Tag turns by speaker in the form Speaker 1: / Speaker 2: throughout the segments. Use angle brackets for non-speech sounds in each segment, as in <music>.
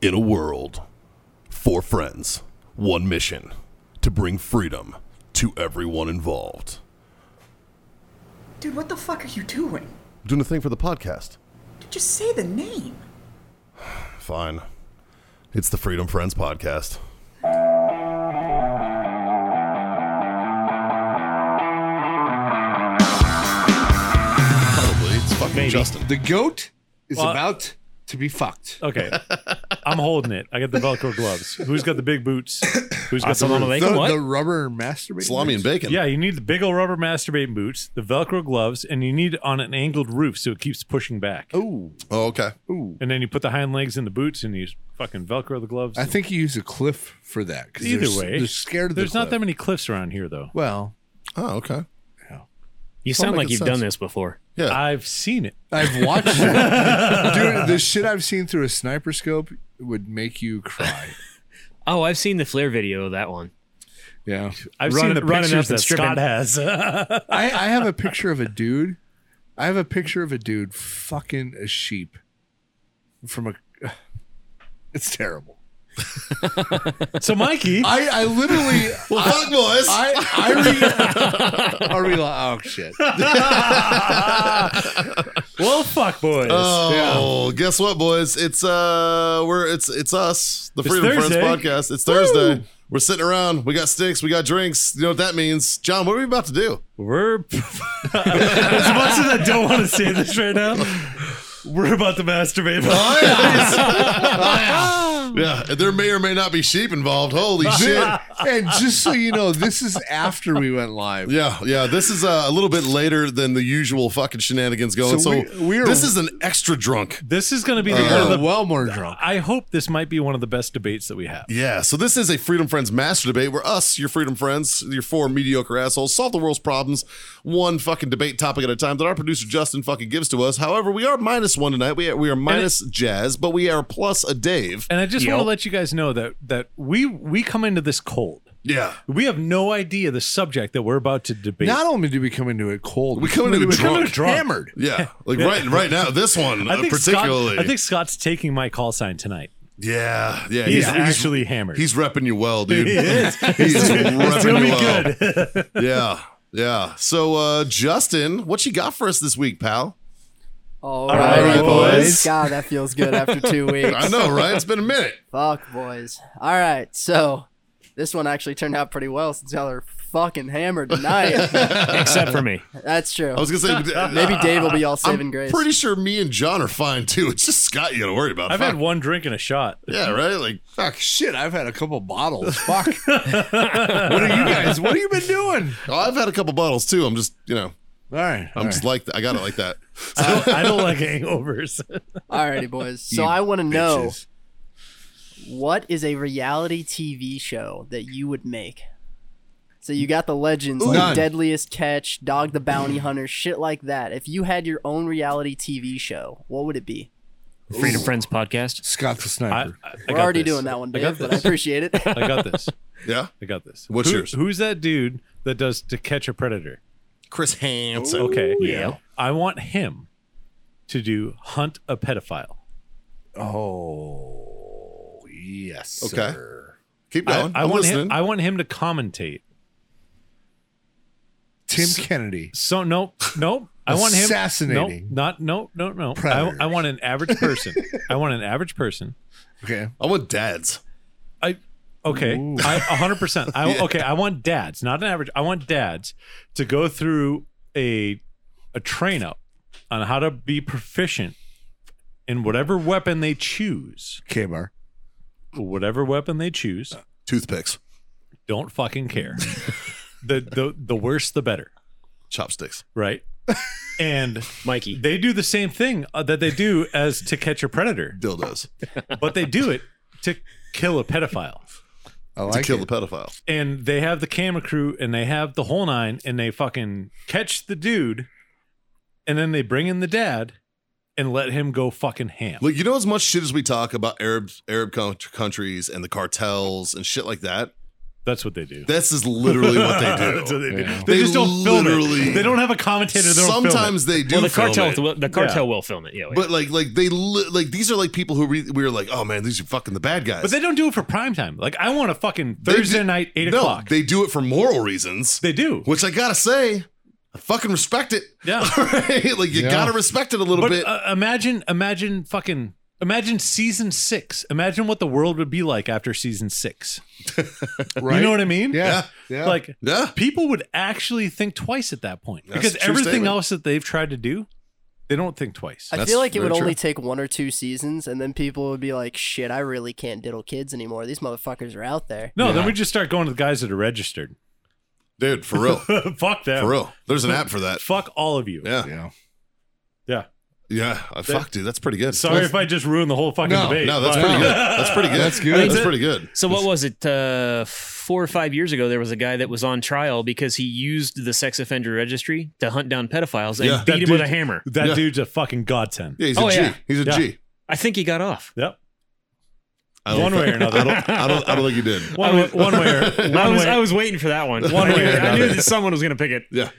Speaker 1: In a world, four friends, one mission to bring freedom to everyone involved.
Speaker 2: Dude, what the fuck are you doing?
Speaker 1: Doing a thing for the podcast.
Speaker 2: Dude, just say the name.
Speaker 1: Fine. It's the Freedom Friends podcast. Probably. It's fucking
Speaker 3: Maybe.
Speaker 1: Justin.
Speaker 4: The goat is
Speaker 3: Well,
Speaker 4: about to be fucked.
Speaker 3: Okay, I'm holding it. I got the Velcro gloves. Who's got the big boots? Who's got the little?
Speaker 5: Assalamu alaikum.
Speaker 4: the,
Speaker 5: what?
Speaker 4: the rubber masturbating.
Speaker 1: Salami and bacon.
Speaker 3: Yeah, you need the big old rubber masturbating boots, the Velcro gloves, and you need it on an angled roof so it keeps pushing back.
Speaker 4: Oh,
Speaker 1: Oh, okay.
Speaker 4: ooh.
Speaker 3: And then you put the hind legs in the boots and you fucking Velcro the gloves.
Speaker 4: I think you use a cliff for that. 'cause
Speaker 3: Either
Speaker 4: they're, s-
Speaker 3: way,
Speaker 4: they're scared of the
Speaker 3: There's not that
Speaker 4: cliff.
Speaker 3: many cliffs around here, though.
Speaker 4: Well,
Speaker 1: Oh, okay.
Speaker 5: You
Speaker 1: Don't
Speaker 5: sound
Speaker 1: make
Speaker 5: like
Speaker 1: it
Speaker 5: you've
Speaker 1: sense.
Speaker 5: done this before.
Speaker 1: Yeah.
Speaker 3: I've seen it.
Speaker 4: I've
Speaker 3: <laughs>
Speaker 4: watched it. Dude, the shit I've seen through a sniper scope would make you cry.
Speaker 5: Oh, I've seen the Flair video of that one.
Speaker 4: Yeah.
Speaker 3: I've seen
Speaker 5: Running-
Speaker 3: the
Speaker 5: running
Speaker 3: pictures
Speaker 5: up and
Speaker 3: that Scott has.
Speaker 4: I, I have a picture of a dude. I have a picture of a dude fucking a sheep from a. <sighs> It's terrible.
Speaker 3: so, Mikey,
Speaker 4: I, I literally.
Speaker 3: <laughs>
Speaker 1: Well, fuck, boys.
Speaker 4: I, I re- <laughs> are we like, oh shit.
Speaker 3: well, fuck, boys.
Speaker 4: Uh,
Speaker 1: Oh, guess what, boys? It's uh, we're it's it's us, the Freedom
Speaker 3: Thursday.
Speaker 1: Friends podcast. It's Thursday. We're sitting around. We got sticks. We got drinks. You know what that means, John? What are we about to do?
Speaker 3: We're <laughs> as much as I don't want to say this right now. We're about to masturbate.
Speaker 1: Yeah, and there may or may not be sheep involved. <laughs> Holy shit!
Speaker 4: and just so you know, this is after we went live.
Speaker 1: Yeah, yeah. This is uh, a little bit later than the usual fucking shenanigans going. So,
Speaker 4: So we- we are-
Speaker 1: this is an extra drunk.
Speaker 3: This is going to be the,
Speaker 4: We
Speaker 3: one of
Speaker 4: are
Speaker 3: the.
Speaker 4: well more drunk.
Speaker 3: I hope this might be one of the best debates that we have.
Speaker 1: Yeah, so this is a Freedom Friends master debate where us, your Freedom Friends, your four mediocre assholes, solve the world's problems one fucking debate topic at a time that our producer Justin fucking gives to us. However, we are minus one tonight. We are, we are minus Jazz, but we are plus a Dave.
Speaker 3: And I just want to
Speaker 5: Yep.
Speaker 3: let you guys know that that we we come into this cold.
Speaker 1: Yeah.
Speaker 3: We have no idea the subject that we're about to debate.
Speaker 4: Not only do we come into it cold,
Speaker 1: We come into it
Speaker 4: come
Speaker 1: drunk.
Speaker 4: into it hammered.
Speaker 1: Yeah. Like
Speaker 3: <laughs>
Speaker 1: right right now, this one
Speaker 3: I
Speaker 1: uh,
Speaker 3: think
Speaker 1: particularly.
Speaker 3: Scott, I think Scott's taking my call sign tonight.
Speaker 1: yeah. Yeah.
Speaker 3: He's actually hammered.
Speaker 1: He's repping you well, dude.
Speaker 3: He
Speaker 1: <laughs>
Speaker 3: is.
Speaker 1: He's
Speaker 3: it's
Speaker 1: repping
Speaker 3: gonna
Speaker 1: you
Speaker 3: be
Speaker 1: well.
Speaker 3: good. <laughs>
Speaker 1: Yeah. Yeah. So uh Justin, what you got for us this week, pal?
Speaker 6: All
Speaker 1: <laughs>
Speaker 3: right,
Speaker 6: right,
Speaker 3: boys.
Speaker 6: boys. Oh God, that feels good after two
Speaker 1: I
Speaker 6: weeks.
Speaker 1: know, right? It's been a minute.
Speaker 6: Fuck, boys. All right, so this one actually turned out pretty well since y'all are fucking
Speaker 1: <laughs>
Speaker 6: hammered tonight. <laughs>
Speaker 5: Except for me.
Speaker 6: That's true.
Speaker 1: I was gonna say
Speaker 3: <laughs>
Speaker 1: <laughs>
Speaker 6: Maybe Dave will be all saving
Speaker 1: I'm
Speaker 6: grace.
Speaker 1: pretty <laughs> sure me and John are fine too. It's just Scott you gotta worry about.
Speaker 3: I've
Speaker 1: Fuck.
Speaker 3: had one drink and a shot.
Speaker 1: yeah, right? Like fuck.
Speaker 4: Shit, I've had a couple <laughs> bottles. Fuck. what are you guys? What have you been doing?
Speaker 1: Oh, I've had a couple bottles too. I'm just you know,
Speaker 4: All right.
Speaker 1: I'm just like I got it like that.
Speaker 3: I don't, I don't like hangovers.
Speaker 6: Alrighty, boys. So
Speaker 4: You
Speaker 6: I want to know
Speaker 4: bitches.
Speaker 6: what is a reality TV show that you would make. So you got the legends like
Speaker 4: None.
Speaker 6: Deadliest Catch, Dog
Speaker 1: <clears throat>
Speaker 6: the Bounty Hunter, shit like that. If you had your own reality TV show, what would it be?
Speaker 5: <laughs> Freedom Friends podcast.
Speaker 4: Scott the
Speaker 3: I, I,
Speaker 4: Sniper.
Speaker 3: I
Speaker 6: We're
Speaker 3: got
Speaker 6: already
Speaker 3: this.
Speaker 6: doing that one,
Speaker 3: I got
Speaker 6: Dave, but I
Speaker 3: this. <laughs>
Speaker 6: appreciate it.
Speaker 3: I got this.
Speaker 1: Yeah.
Speaker 3: I got this.
Speaker 1: What's
Speaker 3: Who-
Speaker 1: yours?
Speaker 3: Who's that dude that does to catch a predator?
Speaker 1: Chris Hansen.
Speaker 3: Okay.
Speaker 5: Yeah.
Speaker 3: I want him to do hunt a pedophile.
Speaker 4: oh, yes.
Speaker 1: Okay.
Speaker 4: sir.
Speaker 1: Keep
Speaker 3: I-
Speaker 1: going.
Speaker 3: I,
Speaker 1: am
Speaker 3: want
Speaker 1: listening.
Speaker 3: him. I want him to commentate.
Speaker 4: Tim Kennedy.
Speaker 3: So no, no. I want him.
Speaker 4: Assassinating.
Speaker 3: No, not no, no, no. I,
Speaker 4: Predators.
Speaker 3: I want an average person. I want an average person.
Speaker 4: Okay.
Speaker 1: I want dads.
Speaker 3: I okay. I hundred percent. I okay. I want dads, not an average. I want dads to go through a a train up on how to be proficient in whatever weapon they choose.
Speaker 4: K bar.
Speaker 3: Whatever weapon they choose,
Speaker 1: Toothpicks.
Speaker 3: don't fucking care. the the the worse the better,
Speaker 1: Chopsticks.
Speaker 3: right? And
Speaker 5: Mikey.
Speaker 3: they do the same thing uh, that they do as to catch a predator,
Speaker 1: Dildos.
Speaker 3: but they do it to kill a pedophile.
Speaker 4: I
Speaker 1: To
Speaker 4: like
Speaker 1: kill
Speaker 4: it.
Speaker 1: the pedophile.
Speaker 3: and they have the camera crew and they have the whole nine and they fucking catch the dude and then they bring in the dad and let him go fucking ham.
Speaker 1: Look, you know as much shit as we talk about Arab Arab coun- countries and the cartels and shit like that.
Speaker 3: That's what they do.
Speaker 1: This is literally what they
Speaker 3: <laughs> That's what
Speaker 1: do.
Speaker 3: they, do.
Speaker 4: Yeah.
Speaker 3: they,
Speaker 1: They
Speaker 3: just don't film
Speaker 1: literally-
Speaker 3: it. They don't have a commentator. They don't film
Speaker 1: Sometimes they do.
Speaker 5: well, the
Speaker 1: film
Speaker 5: cartel,
Speaker 1: it.
Speaker 5: will, the cartel will film it. Yeah, yeah.
Speaker 1: But like, like they li- like these are like people who re- we were like, oh man, these are fucking the bad guys.
Speaker 3: it. But they don't do it for prime time. Like I want a fucking
Speaker 1: They
Speaker 3: Thursday
Speaker 1: do-
Speaker 3: night eight
Speaker 1: no,
Speaker 3: o'clock. They,
Speaker 1: They do it for moral reasons,
Speaker 3: do.
Speaker 1: which I gotta say, I fucking respect it.
Speaker 3: Yeah.
Speaker 1: <laughs> Right? like you
Speaker 4: Yeah.
Speaker 1: gotta respect it a little
Speaker 3: But
Speaker 1: bit.
Speaker 3: uh, imagine, imagine fucking, imagine season six. Imagine what the world would be like after season six.
Speaker 4: Right?
Speaker 3: You know what I mean?
Speaker 4: Yeah. Yeah.
Speaker 3: Like
Speaker 1: yeah,
Speaker 3: people would actually think twice at that point
Speaker 1: That's
Speaker 3: because
Speaker 1: a true
Speaker 3: everything
Speaker 1: statement.
Speaker 3: else that they've tried to do, they don't think twice.
Speaker 6: I
Speaker 1: That's
Speaker 6: feel like it
Speaker 1: very
Speaker 6: would only
Speaker 1: true.
Speaker 6: take one or two seasons, and then people would be like, "Shit, I really can't diddle kids anymore. These motherfuckers are out there."
Speaker 3: no, then we just start going to the guys that are registered.
Speaker 1: dude, for
Speaker 3: <laughs>
Speaker 1: real, for
Speaker 3: Fuck them.
Speaker 1: real. There's an app for that.
Speaker 3: Fuck all of you.
Speaker 1: Yeah,
Speaker 4: yeah.
Speaker 3: Yeah.
Speaker 1: yeah. I fuck, dude, that's pretty good.
Speaker 3: Sorry if I just ruined the whole fucking
Speaker 4: No,
Speaker 3: debate.
Speaker 1: No, that's
Speaker 3: but- <laughs>
Speaker 1: pretty good. That's pretty good.
Speaker 4: That's good.
Speaker 1: That's pretty good.
Speaker 5: So what was it? Uh, four or five years ago, there was a guy that was on trial because he used the sex offender registry to hunt down pedophiles and
Speaker 1: Yeah.
Speaker 5: beat him
Speaker 3: That
Speaker 5: with a
Speaker 3: dude-
Speaker 5: hammer.
Speaker 3: That
Speaker 1: Yeah.
Speaker 3: dude's a fucking godsend.
Speaker 1: Yeah, he's a
Speaker 5: Oh,
Speaker 1: G.
Speaker 5: yeah.
Speaker 1: He's a G.
Speaker 3: Yeah.
Speaker 5: I think he got
Speaker 3: <laughs>
Speaker 5: off.
Speaker 3: Yep.
Speaker 1: I don't
Speaker 3: One way
Speaker 1: think-
Speaker 3: or another.
Speaker 1: I don't, <laughs> I don't. I don't think he did.
Speaker 3: One, way- one way.
Speaker 1: <laughs>
Speaker 3: Or, one
Speaker 5: I was
Speaker 3: way.
Speaker 5: I was waiting for that one.
Speaker 3: One
Speaker 5: I knew,
Speaker 3: way or
Speaker 5: I knew
Speaker 3: another.
Speaker 5: that someone was going to pick it.
Speaker 1: Yeah.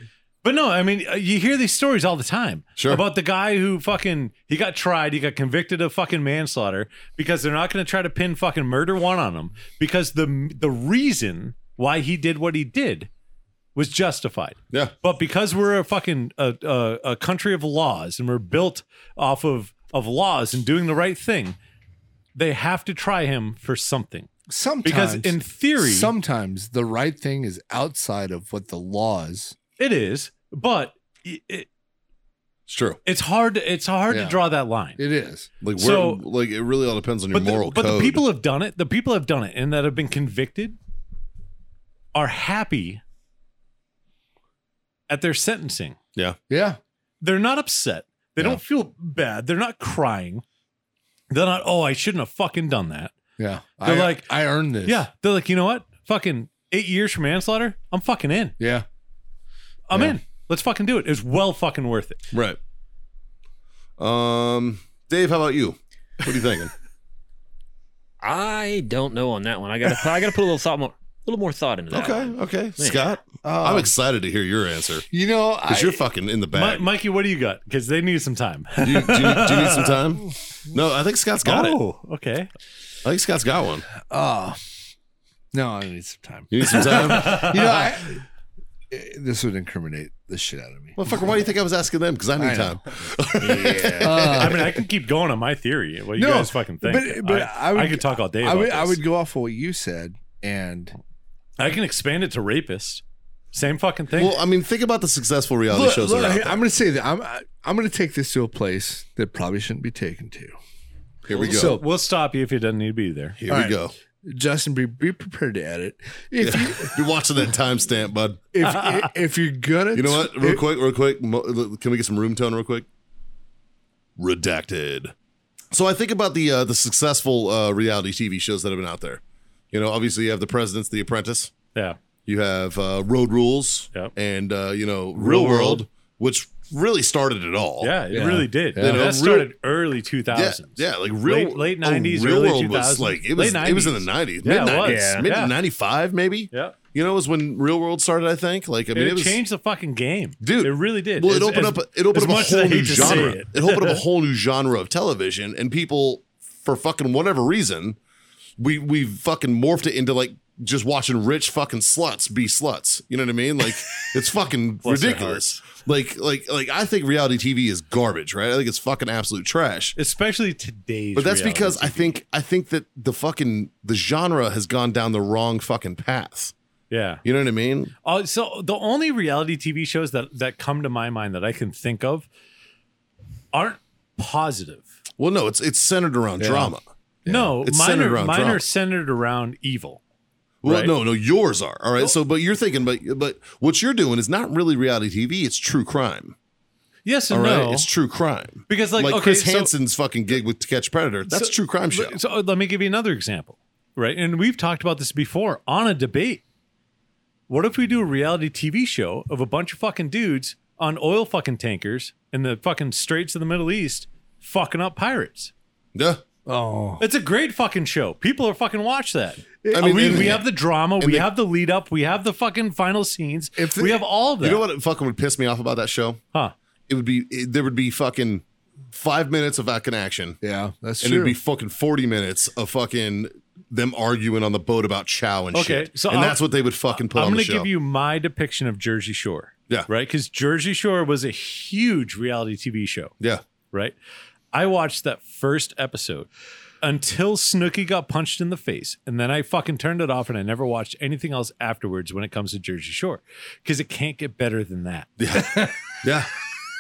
Speaker 3: But no, I mean, uh, you hear these stories all the time
Speaker 1: Sure.
Speaker 3: about the guy who fucking he got tried, he got convicted of fucking manslaughter because they're not going to try to pin fucking murder one on him because the the reason why he did what he did was justified.
Speaker 1: Yeah.
Speaker 3: But because we're a fucking a, a, a country of laws and we're built off of of laws and doing the right thing, they have to try him for something
Speaker 4: Sometimes
Speaker 3: because in theory
Speaker 4: sometimes the right thing is outside of what the laws.
Speaker 3: it is, but i it,
Speaker 1: It's true.
Speaker 3: it's hard it's hard
Speaker 4: Yeah.
Speaker 3: to draw that line.
Speaker 4: It is.
Speaker 1: Like, where,
Speaker 3: So-
Speaker 1: like it really all depends on your
Speaker 3: but
Speaker 1: moral
Speaker 3: the, but
Speaker 1: code.
Speaker 3: the people have done it the people have done it and that have been convicted are happy at their sentencing
Speaker 1: yeah,
Speaker 4: Yeah.
Speaker 3: they're not upset they
Speaker 1: Yeah.
Speaker 3: don't feel bad they're not crying they're not oh i shouldn't have fucking done that
Speaker 4: Yeah.
Speaker 3: They're
Speaker 4: I,
Speaker 3: like-
Speaker 4: I earned this.
Speaker 3: yeah they're like you know what fucking eight years for manslaughter i'm fucking in
Speaker 4: Yeah.
Speaker 3: i'm
Speaker 4: Yeah.
Speaker 3: in let's fucking do it it's well fucking worth it
Speaker 1: right. Um, Dave, how about you? What are you
Speaker 4: <laughs>
Speaker 1: thinking?
Speaker 5: I don't know on that one. I got to I got to put a little thought more a little more thought into that.
Speaker 1: okay,
Speaker 5: one.
Speaker 1: okay, Scott. I'm excited to hear your answer
Speaker 4: Uh, You know,
Speaker 1: because
Speaker 4: Um, I,
Speaker 1: you're fucking in the
Speaker 3: Mi-
Speaker 1: bag.
Speaker 3: mikey what do you got because they need some time <laughs>
Speaker 1: do, you, do, you, do you need some time?
Speaker 4: <laughs>
Speaker 1: No, I think Scott's got it.
Speaker 3: oh okay
Speaker 1: I think Scott's got one.
Speaker 4: uh, no, I need some time.
Speaker 1: You need some
Speaker 4: <laughs>
Speaker 1: time?
Speaker 4: You know, I, this would incriminate the shit out
Speaker 3: <laughs>
Speaker 4: of me.
Speaker 1: Motherfucker, why do you think I was asking them? Because I need
Speaker 4: I know.
Speaker 1: time.
Speaker 3: I mean, I can keep going on my theory. What you
Speaker 4: Uh, No,
Speaker 3: guys fucking think?
Speaker 4: but- but
Speaker 3: I,
Speaker 4: I would-
Speaker 3: I could talk all day.
Speaker 4: I
Speaker 3: about
Speaker 4: would, I
Speaker 3: this.
Speaker 4: would go off of what you said, and
Speaker 3: I can expand it to rapists. Same fucking thing.
Speaker 1: Well, I mean, think about the successful reality
Speaker 4: look,
Speaker 1: shows
Speaker 4: look,
Speaker 1: that are out
Speaker 4: hey,
Speaker 1: there.
Speaker 4: I'm going to say that I'm I, I'm going to take this to a place that probably shouldn't be taken to.
Speaker 1: Here we go.
Speaker 4: so-
Speaker 3: we'll stop you if you doesn't need to be there.
Speaker 1: Here
Speaker 4: all
Speaker 1: we
Speaker 4: right.
Speaker 1: go. <laughs>
Speaker 4: Justin, be, be prepared to edit. If you
Speaker 1: You're watching that timestamp, bud. <laughs>
Speaker 4: if i- if you're gonna,
Speaker 1: You know what?
Speaker 4: tw-
Speaker 1: Real quick, real quick. Mo- Can we get some room tone real quick? Redacted. So I think about the uh, the successful uh, reality TV shows that have been out there. You know, obviously you have The President's The Apprentice.
Speaker 3: Yeah.
Speaker 1: You have uh, Road Rules
Speaker 3: Yep.
Speaker 1: and uh, you know Real,
Speaker 3: Real
Speaker 1: World,
Speaker 3: World.
Speaker 1: which really started it all.
Speaker 3: Yeah, it really did.
Speaker 1: You know, real-
Speaker 3: That started early 2000s.
Speaker 1: Yeah, yeah, like real
Speaker 3: Late- late
Speaker 1: oh,
Speaker 3: 90s,
Speaker 1: Real
Speaker 3: early
Speaker 1: World was
Speaker 3: 2000s.
Speaker 1: like it
Speaker 3: Late
Speaker 1: was it was in the
Speaker 3: 90s.
Speaker 1: nineties,
Speaker 3: Yeah,
Speaker 1: mid
Speaker 3: it
Speaker 1: nineties,
Speaker 5: was.
Speaker 1: mid
Speaker 3: Yeah.
Speaker 1: ninety five maybe.
Speaker 3: Yeah.
Speaker 1: you know, it was when Real World started. I think like I mean
Speaker 3: it,
Speaker 1: it, was
Speaker 3: changed the fucking game.
Speaker 1: dude
Speaker 3: it really did.
Speaker 1: well it
Speaker 3: As-
Speaker 1: opened up
Speaker 3: as-
Speaker 1: it opened
Speaker 3: as
Speaker 1: up a
Speaker 3: much as I
Speaker 1: whole new
Speaker 3: hate to say
Speaker 1: genre
Speaker 3: it.
Speaker 1: it. opened up a whole new genre of television and people for fucking whatever reason we we fucking morphed it into like just watching rich fucking sluts be sluts you know what i mean
Speaker 3: <laughs>
Speaker 1: like it's fucking
Speaker 3: Bless their
Speaker 1: ridiculous like like like i think reality tv is garbage right i think it's fucking absolute trash
Speaker 3: <laughs> Especially today's.
Speaker 1: but that's
Speaker 3: reality.
Speaker 1: because i think i think that the fucking the genre has gone down the wrong fucking path
Speaker 3: Yeah.
Speaker 1: you know what i mean
Speaker 3: Uh, so the only reality TV shows that that come to my mind that I can think of aren't positive.
Speaker 1: well no it's it's centered around drama
Speaker 3: No,
Speaker 1: It's
Speaker 3: mine
Speaker 1: centered
Speaker 3: are,
Speaker 1: around
Speaker 3: mine
Speaker 1: drama.
Speaker 3: are centered around evil.
Speaker 1: Well,
Speaker 3: right?
Speaker 1: no, no, yours are. All right. So, but you're thinking, but but what you're doing is not really reality TV. It's true crime.
Speaker 3: Yes
Speaker 1: All
Speaker 3: and
Speaker 1: right.
Speaker 3: no.
Speaker 1: It's true crime.
Speaker 3: Because, like, okay,
Speaker 1: Chris
Speaker 3: so-
Speaker 1: Hansen's fucking gig with To Catch a Predator. That's a true crime show.
Speaker 3: So uh, let me give you another example, right? And we've talked about this before on a debate. What if we do a reality TV show of a bunch of fucking dudes on oil fucking tankers in the fucking straits of the Middle East fucking up pirates?
Speaker 1: yeah.
Speaker 4: oh,
Speaker 3: It's a great fucking show. People are fucking watch that.
Speaker 1: I
Speaker 3: I mean,
Speaker 1: mean,
Speaker 3: we,
Speaker 1: and-
Speaker 3: we have the drama, we
Speaker 1: the-
Speaker 3: have the lead up, we have the fucking final scenes.
Speaker 4: If the-
Speaker 3: we have all that.
Speaker 1: You know what fucking would piss me off about that show?
Speaker 3: Huh.
Speaker 1: It would be it, there would be fucking five minutes of fucking action,
Speaker 4: Yeah, that's
Speaker 1: and
Speaker 4: true.
Speaker 1: it'd be fucking forty minutes of fucking them arguing on the boat about chow and
Speaker 3: Okay,
Speaker 1: shit.
Speaker 3: so
Speaker 1: and
Speaker 3: I'll-
Speaker 1: that's what they would fucking put
Speaker 3: I'm
Speaker 1: on
Speaker 3: going
Speaker 1: the
Speaker 3: to
Speaker 1: show.
Speaker 3: give you my depiction of Jersey Shore.
Speaker 1: Yeah.
Speaker 3: Right? Because Jersey Shore was a huge reality TV show,
Speaker 1: yeah,
Speaker 3: right? I watched that first episode until Snooki got punched in the face. And then I fucking turned it off and I never watched anything else afterwards when it comes to Jersey Shore because it can't get better than that.
Speaker 1: yeah.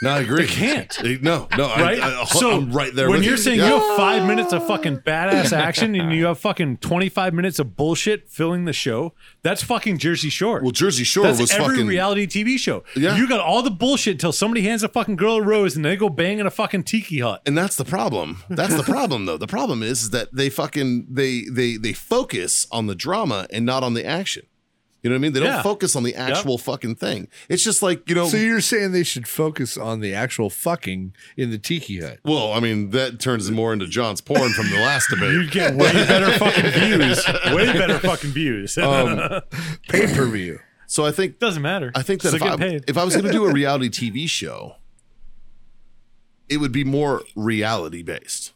Speaker 1: No, I agree.
Speaker 3: can't.
Speaker 1: Eh, No, no.
Speaker 3: Right?
Speaker 1: I, I,
Speaker 3: so
Speaker 1: I'm right there.
Speaker 3: When
Speaker 1: with
Speaker 3: you're
Speaker 1: you.
Speaker 3: saying
Speaker 1: Yeah.
Speaker 3: you have five minutes of fucking badass action and you have fucking 25 minutes of bullshit filling the show, that's fucking Jersey Shore.
Speaker 1: well, Jersey Shore
Speaker 3: That's
Speaker 1: was
Speaker 3: every
Speaker 1: fucking
Speaker 3: reality TV show.
Speaker 1: Yeah.
Speaker 3: You got all the bullshit until somebody hands a fucking girl a rose and they go bang in a fucking tiki hut.
Speaker 1: and that's the problem that's the problem though the problem is, is that they fucking they they they focus on the drama and not on the action you know what i mean they don't
Speaker 3: Yeah.
Speaker 1: focus on the actual fucking thing it's just like you know
Speaker 4: so you're saying they should focus on the actual fucking in the tiki hut?
Speaker 1: well i mean that turns more into john's porn from the
Speaker 3: <laughs>
Speaker 1: last debate
Speaker 3: You'd get way better
Speaker 1: <laughs>
Speaker 3: fucking views. Way better fucking views. <laughs>
Speaker 4: Pay per view.
Speaker 1: so i think
Speaker 3: Doesn't matter.
Speaker 1: Um, i think that
Speaker 3: Still
Speaker 1: if
Speaker 3: get
Speaker 1: I,
Speaker 3: paid.
Speaker 1: if I was going to do
Speaker 3: <laughs>
Speaker 1: a reality tv show it would be more reality based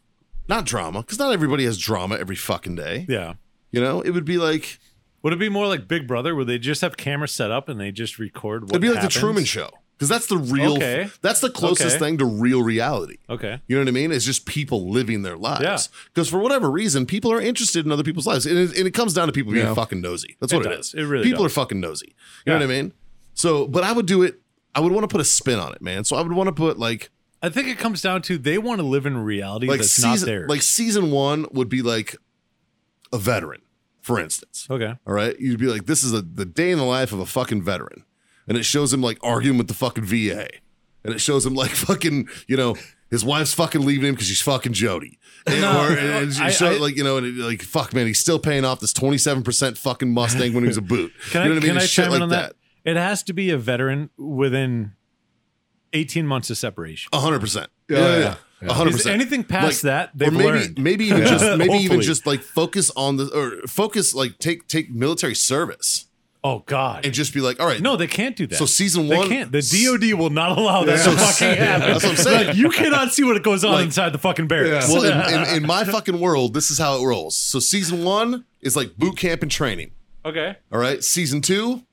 Speaker 1: not drama because not everybody has drama every fucking day
Speaker 3: yeah.
Speaker 1: you know it would be like
Speaker 3: Would it be more like Big Brother where they just have cameras set up and they just record what
Speaker 1: It'd be like
Speaker 3: happens?
Speaker 1: the Truman Show because that's the real.
Speaker 3: Okay.
Speaker 1: That's the closest
Speaker 3: Okay.
Speaker 1: thing to real reality.
Speaker 3: Okay.
Speaker 1: You know what I mean? It's just people living their
Speaker 3: Yeah.
Speaker 1: lives. Because for whatever reason, people are interested in other people's lives, and it, and it comes down to people being
Speaker 4: Yeah.
Speaker 1: fucking nosy. That's
Speaker 3: It
Speaker 1: what it
Speaker 3: does.
Speaker 1: is.
Speaker 3: It really
Speaker 1: people
Speaker 3: does.
Speaker 1: are fucking nosy. You know
Speaker 3: Yeah.
Speaker 1: what I mean? So, but I would do it. I would want to put a spin on it, man. So I would want to put like
Speaker 3: I think it comes down to they want to live in a reality
Speaker 1: like
Speaker 3: that's not
Speaker 1: season
Speaker 3: there.
Speaker 1: like season one would be like a veteran, for instance.
Speaker 3: okay.
Speaker 1: All right. You'd be like, this is a, the day in the life of a fucking veteran. And it shows him like arguing with the fucking VA. And it shows him like <laughs> fucking, you know, his wife's fucking leaving him because she's fucking Jody. And, or, and,
Speaker 3: I-
Speaker 1: it show,
Speaker 3: I-
Speaker 1: like, you know, and it, like, fuck, man, he's still paying off this 27% fucking Mustang when he was a boot.
Speaker 3: Can
Speaker 1: you know
Speaker 3: I,
Speaker 1: what I mean?
Speaker 3: can I
Speaker 1: It's shit
Speaker 3: chime
Speaker 1: like
Speaker 3: in on that? It has to be a veteran within 18 months of separation.
Speaker 1: 100%.
Speaker 4: Yeah,
Speaker 1: yeah,
Speaker 4: yeah,
Speaker 1: yeah. 100%.
Speaker 3: Is anything past that,
Speaker 1: or
Speaker 3: they've
Speaker 1: maybe
Speaker 3: learned.
Speaker 1: maybe even just maybe even
Speaker 3: Hopefully.
Speaker 1: just like focus on the or focus like take take military service
Speaker 3: Oh God.
Speaker 1: and just be like, all right,
Speaker 3: No,
Speaker 1: <laughs>
Speaker 3: they can't do that.
Speaker 1: So season
Speaker 3: they
Speaker 1: one-
Speaker 3: can't. The DoD will not allow that
Speaker 1: So-
Speaker 3: to <laughs> fucking happen.
Speaker 1: <laughs> That's what I'm saying.
Speaker 3: Like, you cannot see what goes on
Speaker 1: Like-
Speaker 3: inside the fucking barracks.
Speaker 1: <laughs> Well, in, in, in
Speaker 3: <laughs>
Speaker 1: my fucking world, this is how it rolls. So season one is like boot camp and training.
Speaker 3: okay.
Speaker 1: All right. Season two,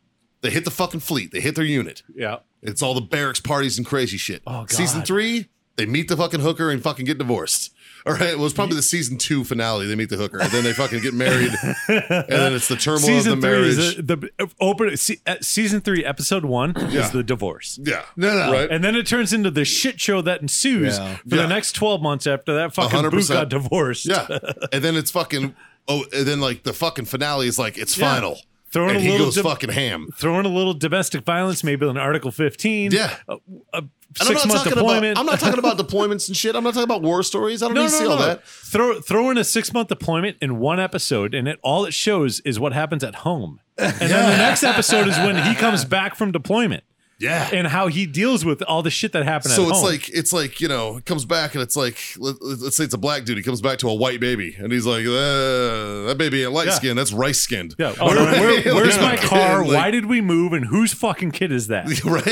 Speaker 1: they hit the fucking fleet. They hit their unit.
Speaker 3: Yeah.
Speaker 1: It's all the barracks parties and crazy shit.
Speaker 3: Oh, God.
Speaker 1: Season three, they meet the fucking hooker and fucking get divorced. <laughs> All right. Well, it's probably the season two finale. They meet the hooker and then they fucking get married.
Speaker 3: <laughs>
Speaker 1: and then it's the turmoil
Speaker 3: Season
Speaker 1: of the
Speaker 3: three
Speaker 1: marriage.
Speaker 3: is a, the open. Se, uh, season three, episode one
Speaker 1: Yeah.
Speaker 3: is the divorce,
Speaker 1: yeah.
Speaker 4: No, no.
Speaker 1: Right.
Speaker 3: and then it turns into the shit show that ensues
Speaker 4: Yeah.
Speaker 3: for
Speaker 1: Yeah.
Speaker 3: the next twelve months after that fucking boot
Speaker 1: 100%.
Speaker 3: got divorced.
Speaker 1: yeah. And then it's fucking. Oh, and then like the fucking finale is like it's
Speaker 3: Yeah.
Speaker 1: final.
Speaker 3: Throwing
Speaker 1: and
Speaker 3: a
Speaker 1: he
Speaker 3: little
Speaker 1: goes
Speaker 3: dip-
Speaker 1: fucking ham.
Speaker 3: Throwing a little domestic violence, maybe an Article fifteen.
Speaker 1: Yeah.
Speaker 3: A, a
Speaker 1: And I'm
Speaker 3: six
Speaker 1: not
Speaker 3: month
Speaker 1: talking
Speaker 3: deployment.
Speaker 1: About, I'm not talking
Speaker 3: <laughs>
Speaker 1: about deployments and shit. I'm not talking about war stories. I don't
Speaker 3: No,
Speaker 1: need to
Speaker 3: no,
Speaker 1: see
Speaker 3: no.
Speaker 1: all that.
Speaker 3: Throw throw in a six month deployment in one episode, and it all it shows is what happens
Speaker 1: <laughs>
Speaker 3: at home. And then the next episode is when he comes back from deployment
Speaker 1: Yeah.
Speaker 3: and how he deals with all the shit that happened
Speaker 1: so
Speaker 3: at
Speaker 1: it's
Speaker 3: home.
Speaker 1: like it's like you know it comes back and it's like let, us say it's a black dude he comes back to a white baby and he's like uh, that baby ain't light
Speaker 3: Yeah.
Speaker 1: skinned that's rice skinned
Speaker 3: yeah, oh, where- where- where's my
Speaker 1: <laughs>
Speaker 3: car? Why did we move? And whose fucking kid is that?
Speaker 1: right you know what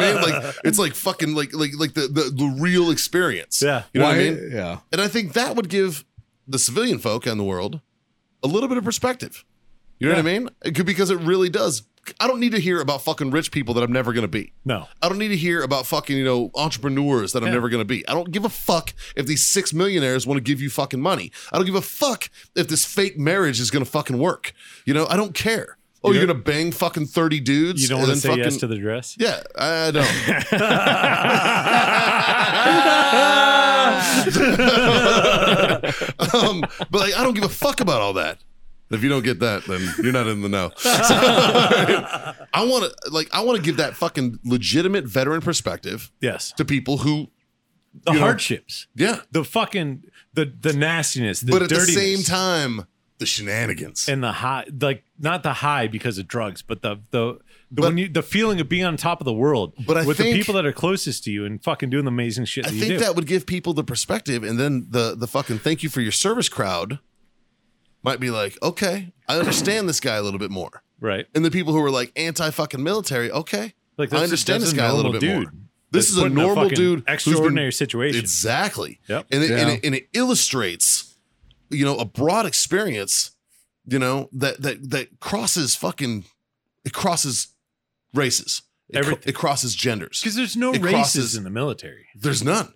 Speaker 1: I mean like it's like fucking like like like the the, the real experience
Speaker 3: Yeah.
Speaker 1: you know
Speaker 4: Why?
Speaker 1: what I mean
Speaker 4: Yeah.
Speaker 1: and I think that would give the civilian folk and the world a little bit of perspective you know what I mean it could, because it really does I don't need to hear about fucking rich people that I'm never gonna be
Speaker 3: No.
Speaker 1: I don't need to hear about fucking, you know, entrepreneurs that I'm
Speaker 3: Yeah.
Speaker 1: never going to be. I don't give a fuck if these six millionaires want to give you fucking money. I don't give a fuck if this fake marriage is going to fucking work. You know, I don't care. Oh, you're going to bang fucking 30 dudes?
Speaker 3: You don't
Speaker 1: and
Speaker 3: want to
Speaker 1: then
Speaker 3: say
Speaker 1: fucking,
Speaker 3: yes to the dress?
Speaker 1: Yeah, I don't. <laughs> um, but like, I don't give a fuck about all that. If you don't get that, then you're not in the know. <laughs> I want to like I want to give that fucking legitimate veteran perspective
Speaker 3: Yes.
Speaker 1: to people who
Speaker 3: The
Speaker 1: you know.
Speaker 3: hardships.
Speaker 1: yeah,
Speaker 3: The fucking the the nastiness. The
Speaker 1: but at
Speaker 3: dirtiness,
Speaker 1: the same time the shenanigans.
Speaker 3: And the high like not the high because of drugs, but the the, the when you the feeling of being on top of the world
Speaker 1: But I
Speaker 3: with
Speaker 1: think-
Speaker 3: the people that are closest to you and fucking doing the amazing shit
Speaker 1: I
Speaker 3: that you
Speaker 1: think
Speaker 3: do.
Speaker 1: that would give people the perspective, and then the the fucking thank you for your service crowd might be like, okay, I understand this guy a little bit more.
Speaker 3: right?
Speaker 1: And the people who are like anti fucking military, okay.
Speaker 3: Like
Speaker 1: I
Speaker 3: that's-
Speaker 1: understand
Speaker 3: that's
Speaker 1: this guy a little
Speaker 3: normal
Speaker 1: bit more.
Speaker 3: dude
Speaker 1: This
Speaker 3: that's
Speaker 1: is a
Speaker 3: put in
Speaker 1: normal
Speaker 3: fucking
Speaker 1: dude. who's been-
Speaker 3: Extraordinary situation.
Speaker 1: Exactly.
Speaker 3: Yep.
Speaker 1: And it, and,
Speaker 4: Yeah.
Speaker 1: it, and it illustrates, you know, a broad experience, you know, that that that crosses fucking it crosses races. It, cro-
Speaker 3: Everything.
Speaker 1: it crosses genders.
Speaker 3: Because there's no
Speaker 1: It
Speaker 3: races
Speaker 1: crosses-
Speaker 3: in the military.
Speaker 1: There's none.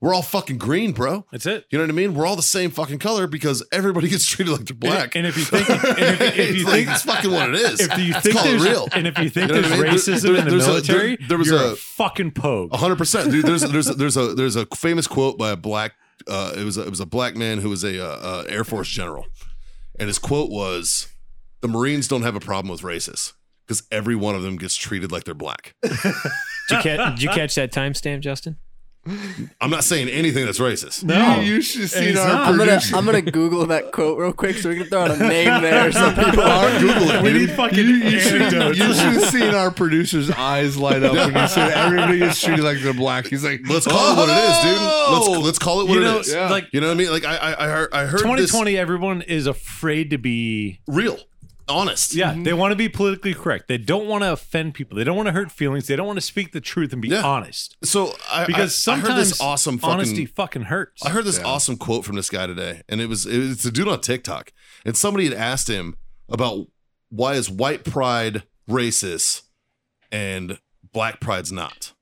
Speaker 1: We're all fucking green, bro.
Speaker 3: That's it.
Speaker 1: You know what I mean? We're all the same fucking color because everybody <laughs> gets treated like they're black.
Speaker 3: And if you think, and if,
Speaker 1: <laughs>
Speaker 3: if you
Speaker 1: It's like,
Speaker 3: think,
Speaker 1: that's fucking what it is.
Speaker 3: if you
Speaker 1: It's
Speaker 3: think
Speaker 1: called
Speaker 3: there's,
Speaker 1: real.
Speaker 3: and if you think
Speaker 1: You know
Speaker 3: there's
Speaker 1: what I mean? There-
Speaker 3: racism
Speaker 1: there-
Speaker 3: in the
Speaker 1: there's a- there-
Speaker 3: military,
Speaker 1: there was
Speaker 3: you're
Speaker 1: a-
Speaker 3: a, fucking pogue.
Speaker 1: A hundred percent, dude. There's there's there's a there's a famous quote by a black. Uh, it was a, it was a black man who was a uh, uh, Air Force general, and his quote was, "The Marines don't have a problem with racists because every one of them gets treated like they're black."
Speaker 5: Did you, ca-
Speaker 3: <laughs>
Speaker 5: did you catch that timestamp, Justin?
Speaker 1: I'm not saying anything that's racist.
Speaker 3: No.
Speaker 4: You, you should have
Speaker 3: he's
Speaker 4: seen our
Speaker 3: not.
Speaker 6: I'm gonna <laughs>
Speaker 4: producer.
Speaker 6: I'm gonna Google that quote real quick so we can throw out a name there. So people are
Speaker 1: Google it.
Speaker 3: we
Speaker 1: dude.
Speaker 3: need fucking anecdotes.
Speaker 4: You should have seen our producer's eyes light up when he said everybody is treated like they're black. He's like, "Oh!"
Speaker 1: Let's call it what it is, dude. Let's let's call it what
Speaker 3: Oh! You
Speaker 1: it
Speaker 3: know,
Speaker 1: is.
Speaker 4: Yeah.
Speaker 3: like
Speaker 1: You know what I mean? Like I I, I heard, I heard
Speaker 3: 2020, everyone is afraid to be.
Speaker 1: this real, honest.
Speaker 3: Yeah, they want to be politically correct. They don't want to offend people. They don't want to hurt feelings. They don't want to speak the truth and be
Speaker 1: Yeah.
Speaker 3: honest.
Speaker 1: So I
Speaker 3: Because
Speaker 1: I, I
Speaker 3: sometimes
Speaker 1: heard this awesome fucking
Speaker 3: honesty fucking hurts.
Speaker 1: I heard this awesome quote from this guy today, and it was it's a dude on TikTok, and somebody had asked him about why is white pride racist and black pride's not,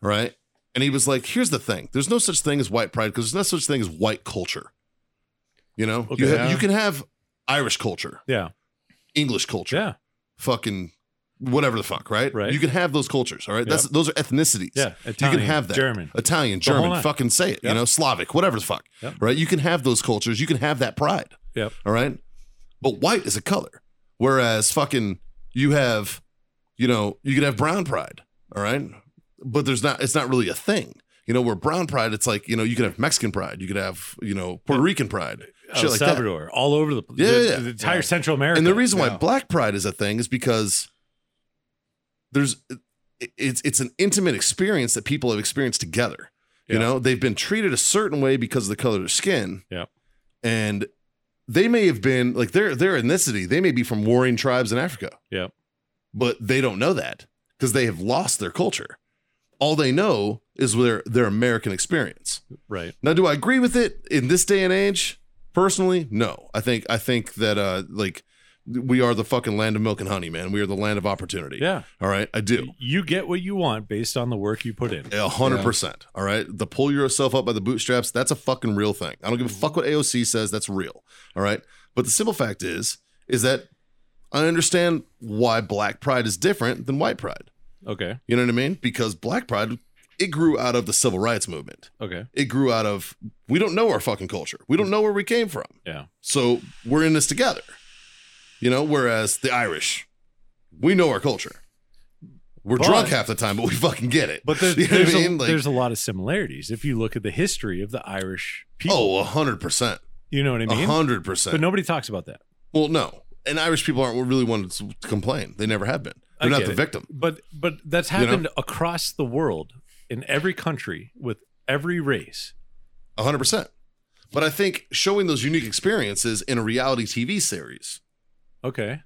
Speaker 1: right? And he was like, "Here's the thing: there's no such thing as white pride because there's no such thing as white culture. You know, you,
Speaker 3: Okay.
Speaker 1: have, you can have Irish culture,
Speaker 3: yeah,
Speaker 1: English culture,
Speaker 3: yeah,
Speaker 1: fucking." Whatever the fuck, right?
Speaker 3: Right.
Speaker 1: You can have those cultures, all right. That's those are ethnicities.
Speaker 3: Yeah,
Speaker 1: you
Speaker 3: Italian,
Speaker 1: can have that.
Speaker 3: German.
Speaker 1: Italian,
Speaker 3: whole
Speaker 1: German,
Speaker 3: nine.
Speaker 1: fucking say it. You
Speaker 3: Yep.
Speaker 1: know, Slavic, whatever the fuck,
Speaker 3: Yep.
Speaker 1: right? You can have those cultures. You can have that pride.
Speaker 3: Yep.
Speaker 1: All right. But white is a color, whereas fucking you have, you know, you can have brown pride. All right. But there's not. It's not really a thing. You know, where brown pride, it's like you know, you can have Mexican pride. You could have you know Puerto Rican pride.
Speaker 3: El
Speaker 1: Shit like that.
Speaker 3: Uh, Salvador, all over the
Speaker 1: Yeah,
Speaker 3: the,
Speaker 1: yeah, yeah.
Speaker 3: the entire Central America.
Speaker 1: And the reason why
Speaker 4: Yeah.
Speaker 1: black pride is a thing is because there's it- it's it's an intimate experience that people have experienced together. You
Speaker 3: Yeah.
Speaker 1: know, they've been treated a certain way because of the color of their skin.
Speaker 3: Yeah.
Speaker 1: And they may have been like their their ethnicity, they may be from warring tribes in Africa.
Speaker 3: Yeah.
Speaker 1: But they don't know that because they have lost their culture. All they know is their their American experience.
Speaker 3: right?
Speaker 1: Now, do I agree with it in this day and age? Personally, no. I think I think that uh like we are the fucking land of milk and honey, man. We are the land of opportunity.
Speaker 3: Yeah,
Speaker 1: All right. I do.
Speaker 3: you get what you want based on the work you put in.
Speaker 1: A hundred percent. All right. The pull yourself up by the bootstraps, that's a fucking real thing. I don't give a fuck what AOC says, that's real. All right. But the simple fact is, is that I understand why black pride is different than white pride.
Speaker 3: Okay,
Speaker 1: You know what I mean? Because black pride it grew out of the civil rights movement.
Speaker 3: okay,
Speaker 1: It grew out of we don't know our fucking culture. We don't know where we came from.
Speaker 3: yeah,
Speaker 1: So we're in this together. You know, whereas the Irish, we know our culture. We're
Speaker 3: But-
Speaker 1: drunk half the time, but we fucking get it.
Speaker 3: but
Speaker 1: <laughs>
Speaker 3: there's
Speaker 1: You know what
Speaker 3: there's,
Speaker 1: I
Speaker 3: a,
Speaker 1: mean? Like,
Speaker 3: there's a lot of similarities if you look at the history of the Irish people.
Speaker 1: oh, a hundred percent,
Speaker 3: you know what I
Speaker 1: a
Speaker 3: mean?
Speaker 1: hundred
Speaker 3: But
Speaker 1: percent.
Speaker 3: nobody talks about that.
Speaker 1: Well, no, and Irish people aren't really one to complain. They never have been.
Speaker 3: I
Speaker 1: They're not
Speaker 3: get
Speaker 1: the
Speaker 3: it.
Speaker 1: victim.
Speaker 3: But but that's
Speaker 1: You know?
Speaker 3: happened across the world in every country with every race.
Speaker 1: A hundred percent. But I think showing those unique experiences in a reality TV series
Speaker 3: Okay,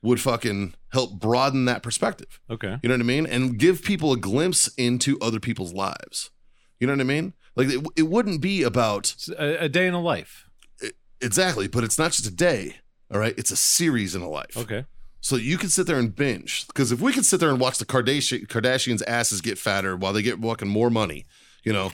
Speaker 1: would fucking help broaden that perspective.
Speaker 3: okay,
Speaker 1: You know what I mean? And give people a glimpse into other people's lives. You know what I mean? Like it, it wouldn't be about e,
Speaker 3: It's a, a day in a life.
Speaker 1: exactly, but it's not just a day. All right, it's a series in a life.
Speaker 3: Okay,
Speaker 1: So you can sit there and binge because if we could sit there and watch the Kardashian Kardashians' asses get fatter while they get fucking more money, you know,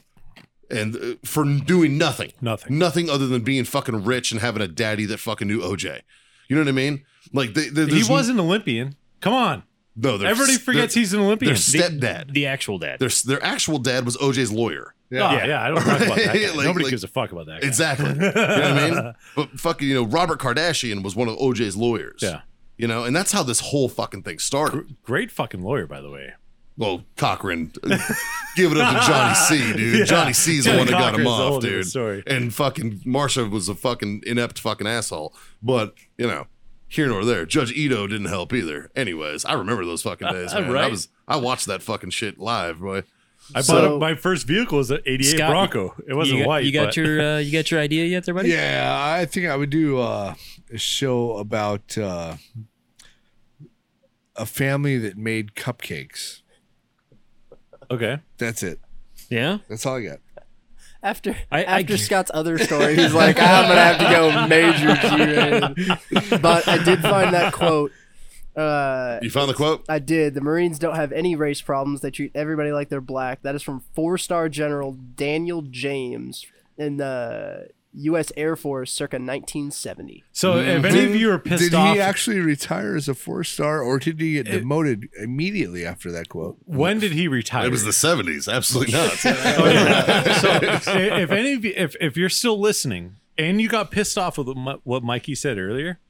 Speaker 1: and uh, for doing nothing,
Speaker 3: nothing.
Speaker 1: nothing other than being fucking rich and having a daddy that fucking knew OJ. You know what I mean? Like they, they,
Speaker 3: He was an Olympian. Come on,
Speaker 1: No, they're-
Speaker 3: everybody forgets
Speaker 1: they're,
Speaker 3: he's an Olympian.
Speaker 1: their stepdad.
Speaker 5: The actual dad.
Speaker 1: their their actual dad was OJ's lawyer.
Speaker 3: Yeah, Ah, Oh, yeah, I don't
Speaker 1: <laughs>
Speaker 3: talk about that. guy.
Speaker 1: Like-
Speaker 3: Nobody
Speaker 1: like-
Speaker 3: gives a fuck about that. Guy.
Speaker 1: Exactly. you know what I
Speaker 3: <laughs>
Speaker 1: mean? But fucking, you know, Robert Kardashian was one of OJ's lawyers.
Speaker 3: Yeah.
Speaker 1: You know, and that's how this whole fucking thing started.
Speaker 3: Great fucking lawyer, by the way.
Speaker 1: Well, Cochran, <laughs> uh, give it up to Johnny C, dude.
Speaker 3: <laughs> Yeah.
Speaker 1: Johnny C's the
Speaker 3: Johnny
Speaker 1: one that got him
Speaker 3: Cochran's a whole
Speaker 1: off,
Speaker 3: different
Speaker 1: dude.
Speaker 3: story.
Speaker 1: And fucking Marsha was a fucking inept fucking asshole. But you know, here nor there, Judge Ito didn't
Speaker 3: <laughs>
Speaker 1: help either. Anyways, I remember those fucking days, man. I
Speaker 3: Right.
Speaker 1: was I watched that fucking shit live, boy.
Speaker 3: I bought
Speaker 6: So-
Speaker 3: up my first vehicle was an '88
Speaker 5: Scott,
Speaker 3: Bronco. It wasn't
Speaker 5: you got,
Speaker 3: white.
Speaker 5: You got
Speaker 3: but-
Speaker 5: your uh, you got your idea yet, there, buddy?
Speaker 4: Yeah, I think I would do uh, a show about uh, a family that made cupcakes.
Speaker 3: okay.
Speaker 4: That's it.
Speaker 5: Yeah?
Speaker 4: That's all I got.
Speaker 6: After
Speaker 5: I- I-
Speaker 6: after Scott's other story, he's like, "Ah, I'm gonna have to go major G-rated. But I did find that quote. Uh,
Speaker 1: You found the quote?
Speaker 6: I did. The Marines don't have any race problems. They treat everybody like they're black. That is from four star General Daniel James in the U.S. Air Force circa 1970.
Speaker 3: So
Speaker 1: Mm-hmm.
Speaker 3: if any of you are pissed
Speaker 4: did
Speaker 3: off,
Speaker 4: he actually retire as a four star, or did he get demoted immediately after that quote?
Speaker 3: when did he retire?
Speaker 1: It was the 70s. Absolutely not.
Speaker 3: Oh, <laughs> yeah.
Speaker 1: <laughs>
Speaker 3: so i- if any of you, if if you're still listening and you got pissed off with Mi- what Mikey said earlier,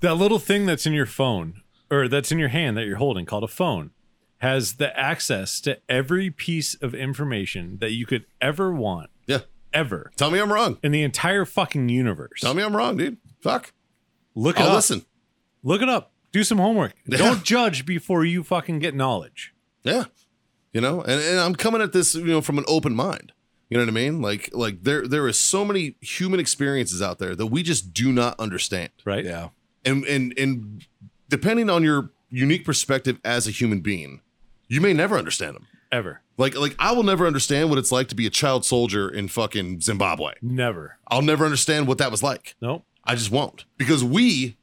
Speaker 3: that little thing that's in your phone or that's in your hand that you're holding called a phone has the access to every piece of information that you could ever want
Speaker 1: yeah.
Speaker 3: ever
Speaker 1: Tell me I'm wrong.
Speaker 3: in the entire fucking universe.
Speaker 1: Tell me I'm wrong, dude. Fuck.
Speaker 3: Look it
Speaker 1: I'll
Speaker 3: up.
Speaker 1: listen.
Speaker 3: Look it up. Do
Speaker 1: <laughs>
Speaker 3: some homework.
Speaker 1: Yeah.
Speaker 3: Don't judge before you fucking get knowledge.
Speaker 1: Yeah. You know, and, and I'm coming at this, you know, from an open mind. You know what I mean? Like, like there there is so many human experiences out there that we just do not understand.
Speaker 3: Right?
Speaker 4: Yeah.
Speaker 1: And and and depending on your unique perspective as a human being, you may never understand them.
Speaker 3: Ever.
Speaker 1: Like like I will never understand what it's like to be a child soldier in fucking Zimbabwe.
Speaker 3: Never.
Speaker 1: I'll never understand what that was like.
Speaker 3: Nope.
Speaker 1: I just won't. Because we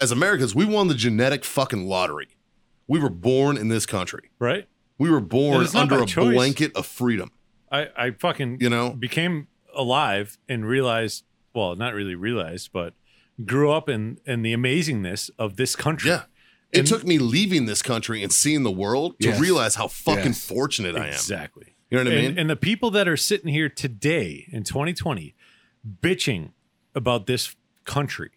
Speaker 1: as Americans, we won the genetic fucking lottery. We were born in this country.
Speaker 3: Right?
Speaker 1: We were
Speaker 3: And
Speaker 1: born
Speaker 3: it's not
Speaker 1: under
Speaker 3: by
Speaker 1: a
Speaker 3: choice.
Speaker 1: blanket of freedom.
Speaker 3: I, I fucking
Speaker 1: You know?
Speaker 3: became alive and realized well not really realized but grew up in in the amazingness of this country
Speaker 1: Yeah. It
Speaker 3: And-
Speaker 1: took me leaving this country and seeing the world to
Speaker 4: Yes.
Speaker 1: realize how fucking
Speaker 4: Yes.
Speaker 1: fortunate I am.
Speaker 3: exactly
Speaker 1: You know what I mean?
Speaker 3: and, and the people that are sitting here today in 2020 bitching about this country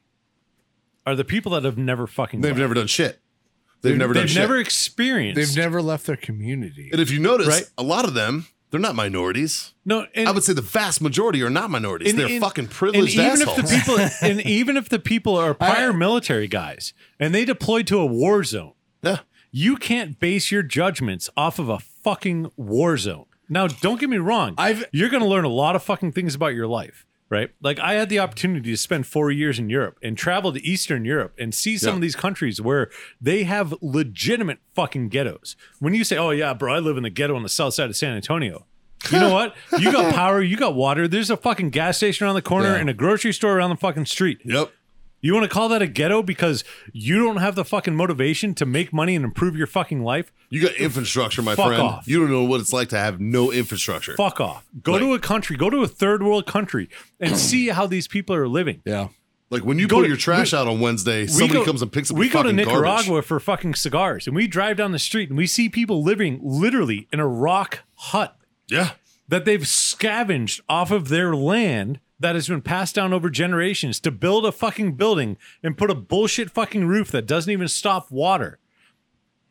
Speaker 3: are the people that have never fucking
Speaker 1: they've
Speaker 3: left.
Speaker 1: never done shit. They've never done
Speaker 3: they've
Speaker 1: shit.
Speaker 3: never experienced
Speaker 4: They've never left their community.
Speaker 1: and if you notice,
Speaker 3: Right.
Speaker 1: a lot of them, they're not minorities.
Speaker 3: no and,
Speaker 1: I would say the vast majority are not minorities.
Speaker 3: and-
Speaker 1: they're
Speaker 3: and-
Speaker 1: fucking
Speaker 3: and
Speaker 1: privileged
Speaker 3: even
Speaker 1: assholes.
Speaker 3: if the people and even if the people
Speaker 1: <laughs>
Speaker 3: are prior military guys and they deployed to a war zone
Speaker 1: yeah.
Speaker 3: you can't base your judgments off of a fucking war zone. Now, don't get me wrong.
Speaker 4: I've-
Speaker 3: you're going to learn a lot of fucking things about your life, right? Like I had the opportunity to spend 4 years in Europe and travel to Eastern Europe and see some
Speaker 1: Yeah.
Speaker 3: of these countries where they have legitimate fucking ghettos. When you say, "Oh yeah, bro, I live in the ghetto on the south side of San Antonio." You know what? You
Speaker 4: <laughs>
Speaker 3: got power, you got water. There's a fucking gas station around the corner
Speaker 4: Yeah.
Speaker 3: and a grocery store around the fucking street.
Speaker 1: Yep.
Speaker 3: You want to call that a ghetto because you don't have the fucking motivation to make money and improve your fucking life?
Speaker 1: You got infrastructure, my
Speaker 3: Fuck
Speaker 1: friend.
Speaker 3: off.
Speaker 1: You don't know what it's like to have no infrastructure.
Speaker 3: Fuck off. Go
Speaker 1: Like-
Speaker 3: to a country, go to a third world country and see how these people are living.
Speaker 4: yeah.
Speaker 1: Like when you
Speaker 3: Go
Speaker 1: put
Speaker 3: to-
Speaker 1: your trash
Speaker 3: we-
Speaker 1: out on Wednesday, somebody comes and picks up.
Speaker 3: We
Speaker 1: your
Speaker 3: go to
Speaker 1: fucking
Speaker 3: Nicaragua
Speaker 1: Garbage.
Speaker 3: for fucking cigars and we drive down the street and we see people living literally in a rock hut
Speaker 1: Yeah.
Speaker 3: that they've scavenged off of their land that has been passed down over generations to build a fucking building and put a bullshit fucking roof that doesn't even stop water.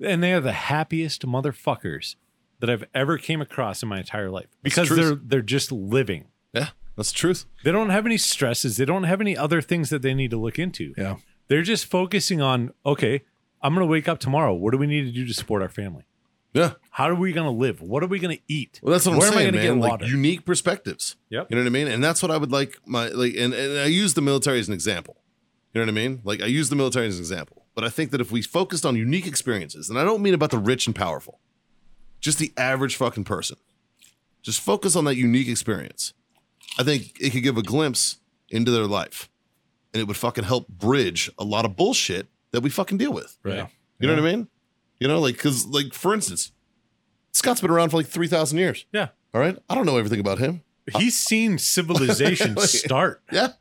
Speaker 3: And they are the happiest motherfuckers that I've ever came across in my entire life because
Speaker 1: truth.
Speaker 3: they're they're just living.
Speaker 1: Yeah. That's the truth.
Speaker 3: They don't have any stresses. They don't have any other things that they need to look into.
Speaker 4: Yeah.
Speaker 3: They're just focusing on, okay, I'm going to wake up tomorrow. What do we need to do to support our family?
Speaker 1: Yeah.
Speaker 3: How are we going to live? What are we going to eat?
Speaker 1: Well, that's what
Speaker 3: Where
Speaker 1: I'm saying,
Speaker 3: am I gonna
Speaker 1: man.
Speaker 3: get
Speaker 1: Like
Speaker 3: water?
Speaker 1: unique perspectives.
Speaker 3: Yep.
Speaker 1: You know what I mean? And that's what I would like my like. And, and I use the military as an example. You know what I mean? Like I use the military as an example. But I think that if we focused on unique experiences, and I don't mean about the rich and powerful, just the average fucking person, just focus on that unique experience. I think it could give a glimpse into their life, and it would fucking help bridge a lot of bullshit that we fucking deal with.
Speaker 3: Right.
Speaker 1: You know what I mean? You know, like because like for instance, Scott's been around for like three thousand years.
Speaker 3: Yeah.
Speaker 1: All right. I don't know everything about him.
Speaker 3: He's seen
Speaker 1: <laughs>
Speaker 3: civilization start.
Speaker 1: Yeah.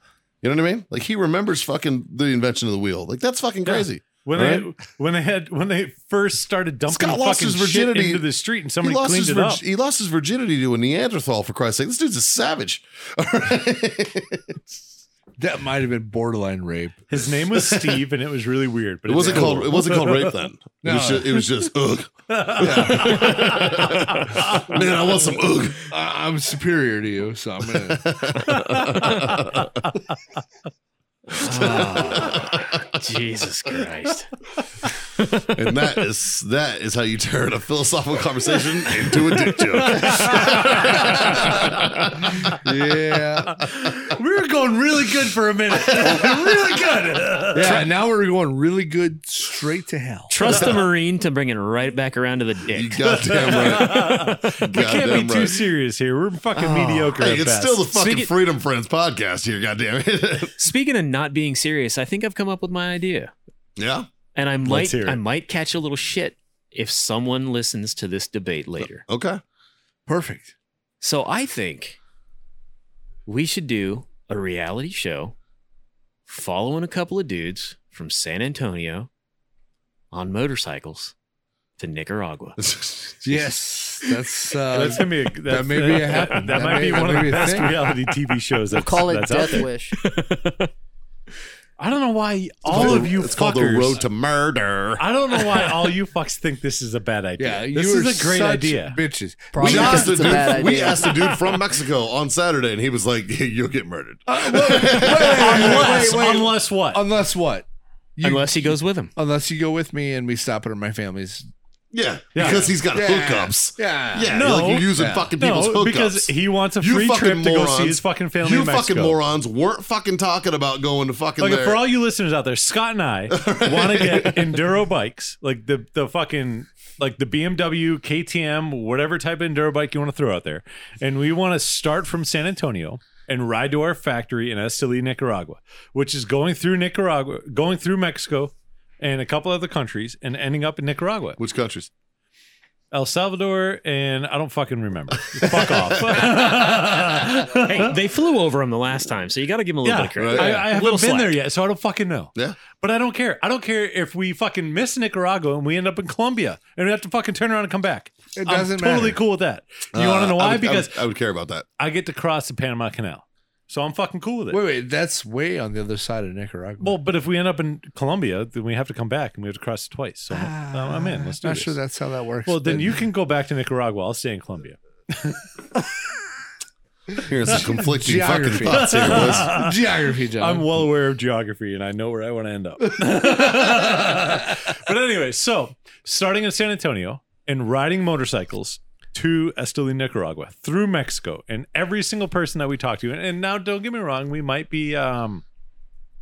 Speaker 1: You know what I mean? Like he remembers fucking the invention of the wheel. Like that's fucking
Speaker 3: Yeah.
Speaker 1: crazy.
Speaker 3: When
Speaker 1: all
Speaker 3: they
Speaker 1: right?
Speaker 3: when they had when they first started dumping
Speaker 1: Scott lost
Speaker 3: fucking
Speaker 1: his virginity.
Speaker 3: shit into the street and
Speaker 1: he
Speaker 3: somebody
Speaker 1: lost
Speaker 3: cleaned
Speaker 1: his
Speaker 3: it
Speaker 1: virg-
Speaker 3: up.
Speaker 1: he lost his virginity to a Neanderthal for Christ's sake. This dude's a savage. <laughs> All right.
Speaker 4: That might have been borderline rape.
Speaker 3: His name was Steve, and it was really weird. But
Speaker 1: It
Speaker 3: it's
Speaker 1: wasn't
Speaker 3: cool.
Speaker 1: called. It wasn't called rape then. It was
Speaker 4: No.
Speaker 1: just. It was <laughs> just ugh. Yeah. <laughs> Man, I want some ugh.
Speaker 4: I- I'm superior to you, so I'm gonna. Ah.
Speaker 5: Jesus Christ.
Speaker 1: And that is that is how you turn a philosophical conversation into a dick joke.
Speaker 3: <laughs>
Speaker 4: Yeah.
Speaker 3: We were going really good for a minute. really good.
Speaker 4: yeah. Now we're going really good straight to hell.
Speaker 5: Trust
Speaker 3: <laughs>
Speaker 5: the Marine to bring it right back around to the
Speaker 1: You
Speaker 5: dick.
Speaker 1: goddamn right. You
Speaker 3: We
Speaker 1: goddamn
Speaker 3: can't be too
Speaker 1: right. Oh.
Speaker 3: serious here. We're fucking mediocre.
Speaker 1: Hey,
Speaker 3: at
Speaker 1: it's
Speaker 3: best.
Speaker 1: still the fucking
Speaker 5: Speaking-
Speaker 1: Freedom Friends podcast here, goddamn it.
Speaker 5: Speaking of not being serious, I think I've come up with my idea.
Speaker 1: <laughs> yeah.
Speaker 5: And I might
Speaker 3: hear it.
Speaker 5: I might catch a little shit if someone listens to this debate later.
Speaker 1: Okay. <laughs>
Speaker 4: Perfect.
Speaker 5: So I think we should do a reality show following a couple of dudes from San Antonio on motorcycles to Nicaragua.
Speaker 4: Yes. That's uh,
Speaker 3: That's gonna be a, that,
Speaker 4: may be a
Speaker 3: <laughs>
Speaker 4: happen.
Speaker 3: That,
Speaker 4: That
Speaker 3: might
Speaker 4: may-
Speaker 3: be
Speaker 4: that
Speaker 3: one of
Speaker 4: may
Speaker 3: the
Speaker 4: be a
Speaker 3: best
Speaker 4: thing.
Speaker 3: reality TV shows. That's,
Speaker 6: Call it
Speaker 3: that's out
Speaker 6: Death
Speaker 3: there.
Speaker 6: Wish.
Speaker 3: I don't know why all of you
Speaker 1: It's called the
Speaker 3: fuckers.
Speaker 1: Road to Murder.
Speaker 3: I don't know why all you fucks think this is a bad idea.
Speaker 4: yeah. You
Speaker 3: this
Speaker 4: are
Speaker 3: is a great
Speaker 4: such
Speaker 3: idea.
Speaker 4: Bitches.
Speaker 6: Probably
Speaker 1: we, asked
Speaker 6: because
Speaker 1: the
Speaker 6: it's a bad
Speaker 1: dude,
Speaker 6: idea.
Speaker 1: we asked a dude
Speaker 3: <laughs>
Speaker 1: from Mexico on Saturday, and he was like, "You'll get murdered."
Speaker 3: Uh, unless,
Speaker 4: Wait, wait, wait.
Speaker 3: unless what?
Speaker 4: Unless what? You-
Speaker 5: Unless he goes
Speaker 3: <laughs>
Speaker 5: with him.
Speaker 4: Unless you go with me and we stop it at my family's.
Speaker 1: yeah,
Speaker 3: Yeah.
Speaker 1: because he's got
Speaker 4: Yeah.
Speaker 1: hookups.
Speaker 4: Yeah.
Speaker 1: Yeah,
Speaker 3: No.
Speaker 1: like you're using
Speaker 4: Yeah.
Speaker 1: fucking people's
Speaker 3: no,
Speaker 1: hookups.
Speaker 3: because he wants a
Speaker 1: You
Speaker 3: free
Speaker 1: fucking
Speaker 3: trip to go see
Speaker 1: morons.
Speaker 3: his fucking family
Speaker 1: you
Speaker 3: in Mexico.
Speaker 1: fucking morons weren't fucking talking about going to fucking
Speaker 3: Like
Speaker 1: there.
Speaker 3: for all you listeners out there, Scott and I want to get enduro bikes, like the the fucking like the BMW, KTM, whatever type of enduro bike you want to throw out there, and we want to start from San Antonio and ride to our factory in Esteli, Nicaragua, which is going through Nicaragua, going through Mexico, and a couple other countries, and ending up in Nicaragua,
Speaker 1: Which countries?
Speaker 3: El Salvador, and I don't fucking remember. Fuck off.
Speaker 5: Hey, they flew over him the last time, so you got to give him a little
Speaker 3: yeah,
Speaker 5: bit of credit.
Speaker 1: Right.
Speaker 3: I, I haven't
Speaker 5: Little
Speaker 3: been
Speaker 5: slack.
Speaker 3: there yet, so I don't fucking know.
Speaker 1: Yeah.
Speaker 3: But I don't care. I don't care if we fucking miss Nicaragua and we end up in Colombia and we have to fucking turn around and come back.
Speaker 4: It doesn't
Speaker 3: I'm totally
Speaker 4: matter.
Speaker 3: cool with that. You want to
Speaker 1: Uh,
Speaker 3: know why?
Speaker 1: I would, I would-
Speaker 3: because
Speaker 1: I would, care about that.
Speaker 3: I, get to cross the Panama Canal. So I'm fucking cool with it.
Speaker 4: Wait, wait. That's way on the other side of Nicaragua.
Speaker 3: Well, but if we end up in Colombia, then we have to come back and we have to cross it twice. So I'm, I'm in. Let's do
Speaker 4: Ah, Not
Speaker 3: this.
Speaker 4: sure that's how that works.
Speaker 3: well, then
Speaker 4: but- <laughs>
Speaker 3: you can go back to Nicaragua. I'll stay in Colombia.
Speaker 1: Here's
Speaker 3: <laughs>
Speaker 1: some conflicting fucking
Speaker 4: Geography.
Speaker 1: thoughts here, boys.
Speaker 4: geography, John.
Speaker 3: I'm well aware of geography and I know where I want to
Speaker 4: <laughs>
Speaker 3: end up. but anyway, so starting in San Antonio and riding motorcycles to Esteli, Nicaragua, through Mexico, and every single person that we talk to, and, and now don't get me wrong, we might be, um,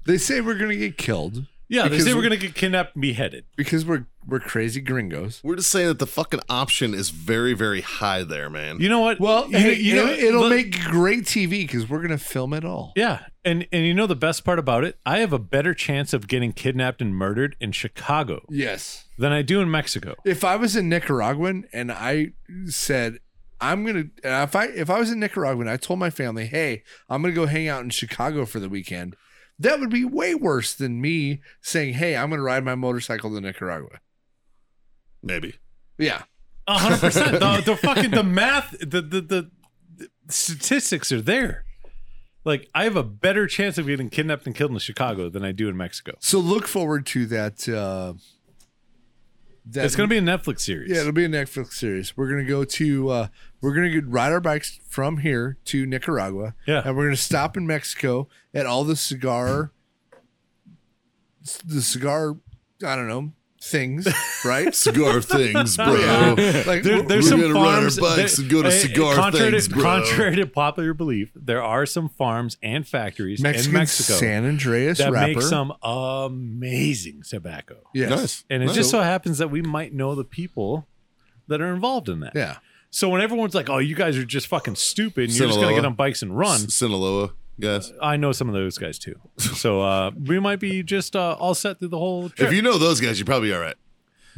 Speaker 4: they say we're gonna get killed
Speaker 3: yeah,
Speaker 4: Because-
Speaker 3: they say we're going to get kidnapped and beheaded.
Speaker 4: because we're we're crazy gringos.
Speaker 1: We're just saying that the fucking option is very, very high there, man.
Speaker 3: You know what?
Speaker 4: Well,
Speaker 3: you,
Speaker 4: hey, it, it'll
Speaker 3: look-
Speaker 4: make great TV because we're gonna film it all.
Speaker 3: Yeah, and and you know the best part about it, I have a better chance of getting kidnapped and murdered in Chicago
Speaker 4: Yes.
Speaker 3: than I do in Mexico.
Speaker 4: If I was a Nicaraguan and I said I'm gonna, and if I if I was a Nicaraguan, I told my family, hey, I'm gonna go hang out in Chicago for the weekend. That would be way worse than me saying, hey, I'm gonna ride my motorcycle to Nicaragua.
Speaker 1: Maybe.
Speaker 4: Yeah.
Speaker 3: A hundred percent. The the fucking the math, the, the the statistics are there. Like I have a better chance of getting kidnapped and killed in Chicago than I do in Mexico.
Speaker 4: So look forward to that. Uh, that
Speaker 3: It's gonna be a Netflix series.
Speaker 4: Yeah, it'll be a Netflix series. We're gonna go to uh, we're gonna get, ride our bikes from here to Nicaragua.
Speaker 3: Yeah.
Speaker 4: and we're gonna stop in Mexico at all the cigar, the cigar, I don't know
Speaker 3: <laughs>
Speaker 4: things, right?
Speaker 1: Cigar things, bro.
Speaker 3: There-
Speaker 4: like we're-
Speaker 3: there's
Speaker 1: We're
Speaker 3: some
Speaker 1: gonna ride our
Speaker 3: farms.
Speaker 1: bikes and go to
Speaker 3: eh,
Speaker 1: cigar
Speaker 3: contrary
Speaker 1: things,
Speaker 3: to,
Speaker 1: bro.
Speaker 3: Contrary to popular belief, there are some farms and factories
Speaker 4: Mexican
Speaker 3: in Mexico
Speaker 4: San Andreas
Speaker 3: that
Speaker 4: wrapper.
Speaker 3: make some amazing tobacco.
Speaker 4: yes.
Speaker 1: Nice.
Speaker 3: And it
Speaker 1: Nice.
Speaker 3: just so happens that we might know the people that are involved in that.
Speaker 4: Yeah.
Speaker 3: So when everyone's like, "Oh, you guys are just fucking stupid," and you're just gonna
Speaker 1: Sinaloa.
Speaker 3: get on bikes and run,
Speaker 1: Sinaloa, guys.
Speaker 3: I know some of those guys too. So uh, we might be just uh, all set through the whole trip.
Speaker 1: If you know those guys, you're probably all right.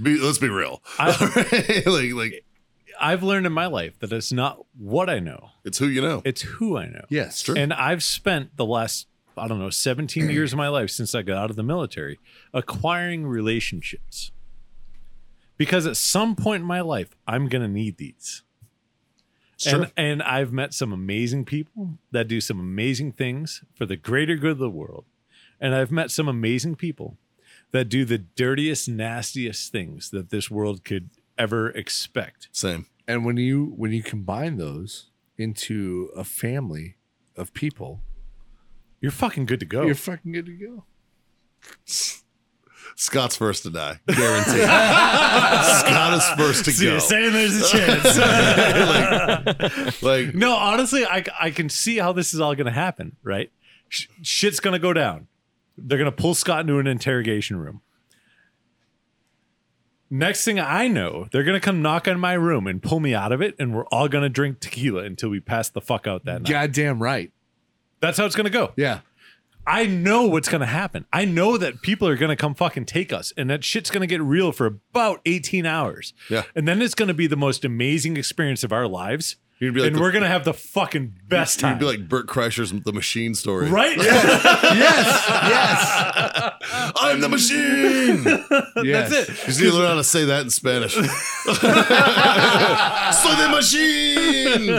Speaker 1: Be, let's be real. <laughs> Alright? like, like
Speaker 3: I've learned in my life that it's not what I know,
Speaker 1: it's who you know.
Speaker 3: it's who I know.
Speaker 4: Yes.
Speaker 1: Sure.
Speaker 3: And I've spent the last, I don't know, 17 years of my life since I got out of the military acquiring relationships. Because at some point in my life, I'm going to need these.
Speaker 1: true.
Speaker 3: And, and I've met some amazing people that do some amazing things for the greater good of the world. And I've met some amazing people that do the dirtiest, nastiest things that this world could ever expect.
Speaker 1: Same.
Speaker 4: And when you when you combine those into a family of people,
Speaker 3: <laughs> You're fucking good to go.
Speaker 4: you're fucking good to go.
Speaker 1: Scott's first to die,
Speaker 3: <laughs>
Speaker 1: guaranteed. Scott is first to
Speaker 3: So
Speaker 1: go.
Speaker 3: you're saying there's a
Speaker 1: <laughs>
Speaker 3: chance.
Speaker 1: like,
Speaker 3: no, honestly, I, I can see how this is all going to happen, right? Sh- shit's going to go down. They're going to pull Scott into an interrogation room. Next thing I know, they're going to come knock on my room and pull me out of it, and we're all going to drink tequila until we pass the fuck out that night.
Speaker 4: Goddamn right.
Speaker 3: That's how it's going to go.
Speaker 4: Yeah.
Speaker 3: I know what's going to happen. I know that people are going to come fucking take us, and that shit's going to get real for about 18 hours.
Speaker 1: Yeah.
Speaker 3: And then it's going to be the most amazing experience of our lives.
Speaker 1: You'd be like
Speaker 3: and
Speaker 1: the-
Speaker 3: we're going to have the fucking best time.
Speaker 1: you'd be like Bert Kreischer's The Machine story.
Speaker 3: right? <laughs>
Speaker 1: I'm the machine.
Speaker 4: Yes.
Speaker 3: <laughs> That's it.
Speaker 1: You need to learn how to say that in
Speaker 3: <laughs>
Speaker 1: Spanish. <laughs> Soy the machine.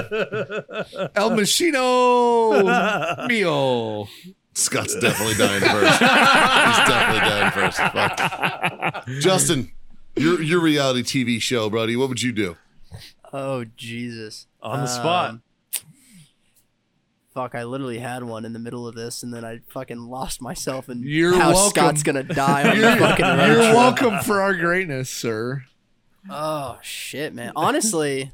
Speaker 4: El <laughs> Machino Mio.
Speaker 1: Scott's definitely dying first. He's definitely dying first. Fuck. Justin, your your reality TV show, buddy. What would you do?
Speaker 6: Oh Jesus!
Speaker 3: On the spot.
Speaker 6: Um, Fuck! I literally had one in the middle of this, and then I fucking lost myself and
Speaker 4: You're
Speaker 6: how
Speaker 4: welcome.
Speaker 6: Scott's gonna die
Speaker 4: <laughs>
Speaker 6: on
Speaker 4: You're,
Speaker 6: the fucking road
Speaker 4: you're
Speaker 6: trip.
Speaker 4: welcome for our greatness, sir.
Speaker 6: Oh shit, man! Honestly,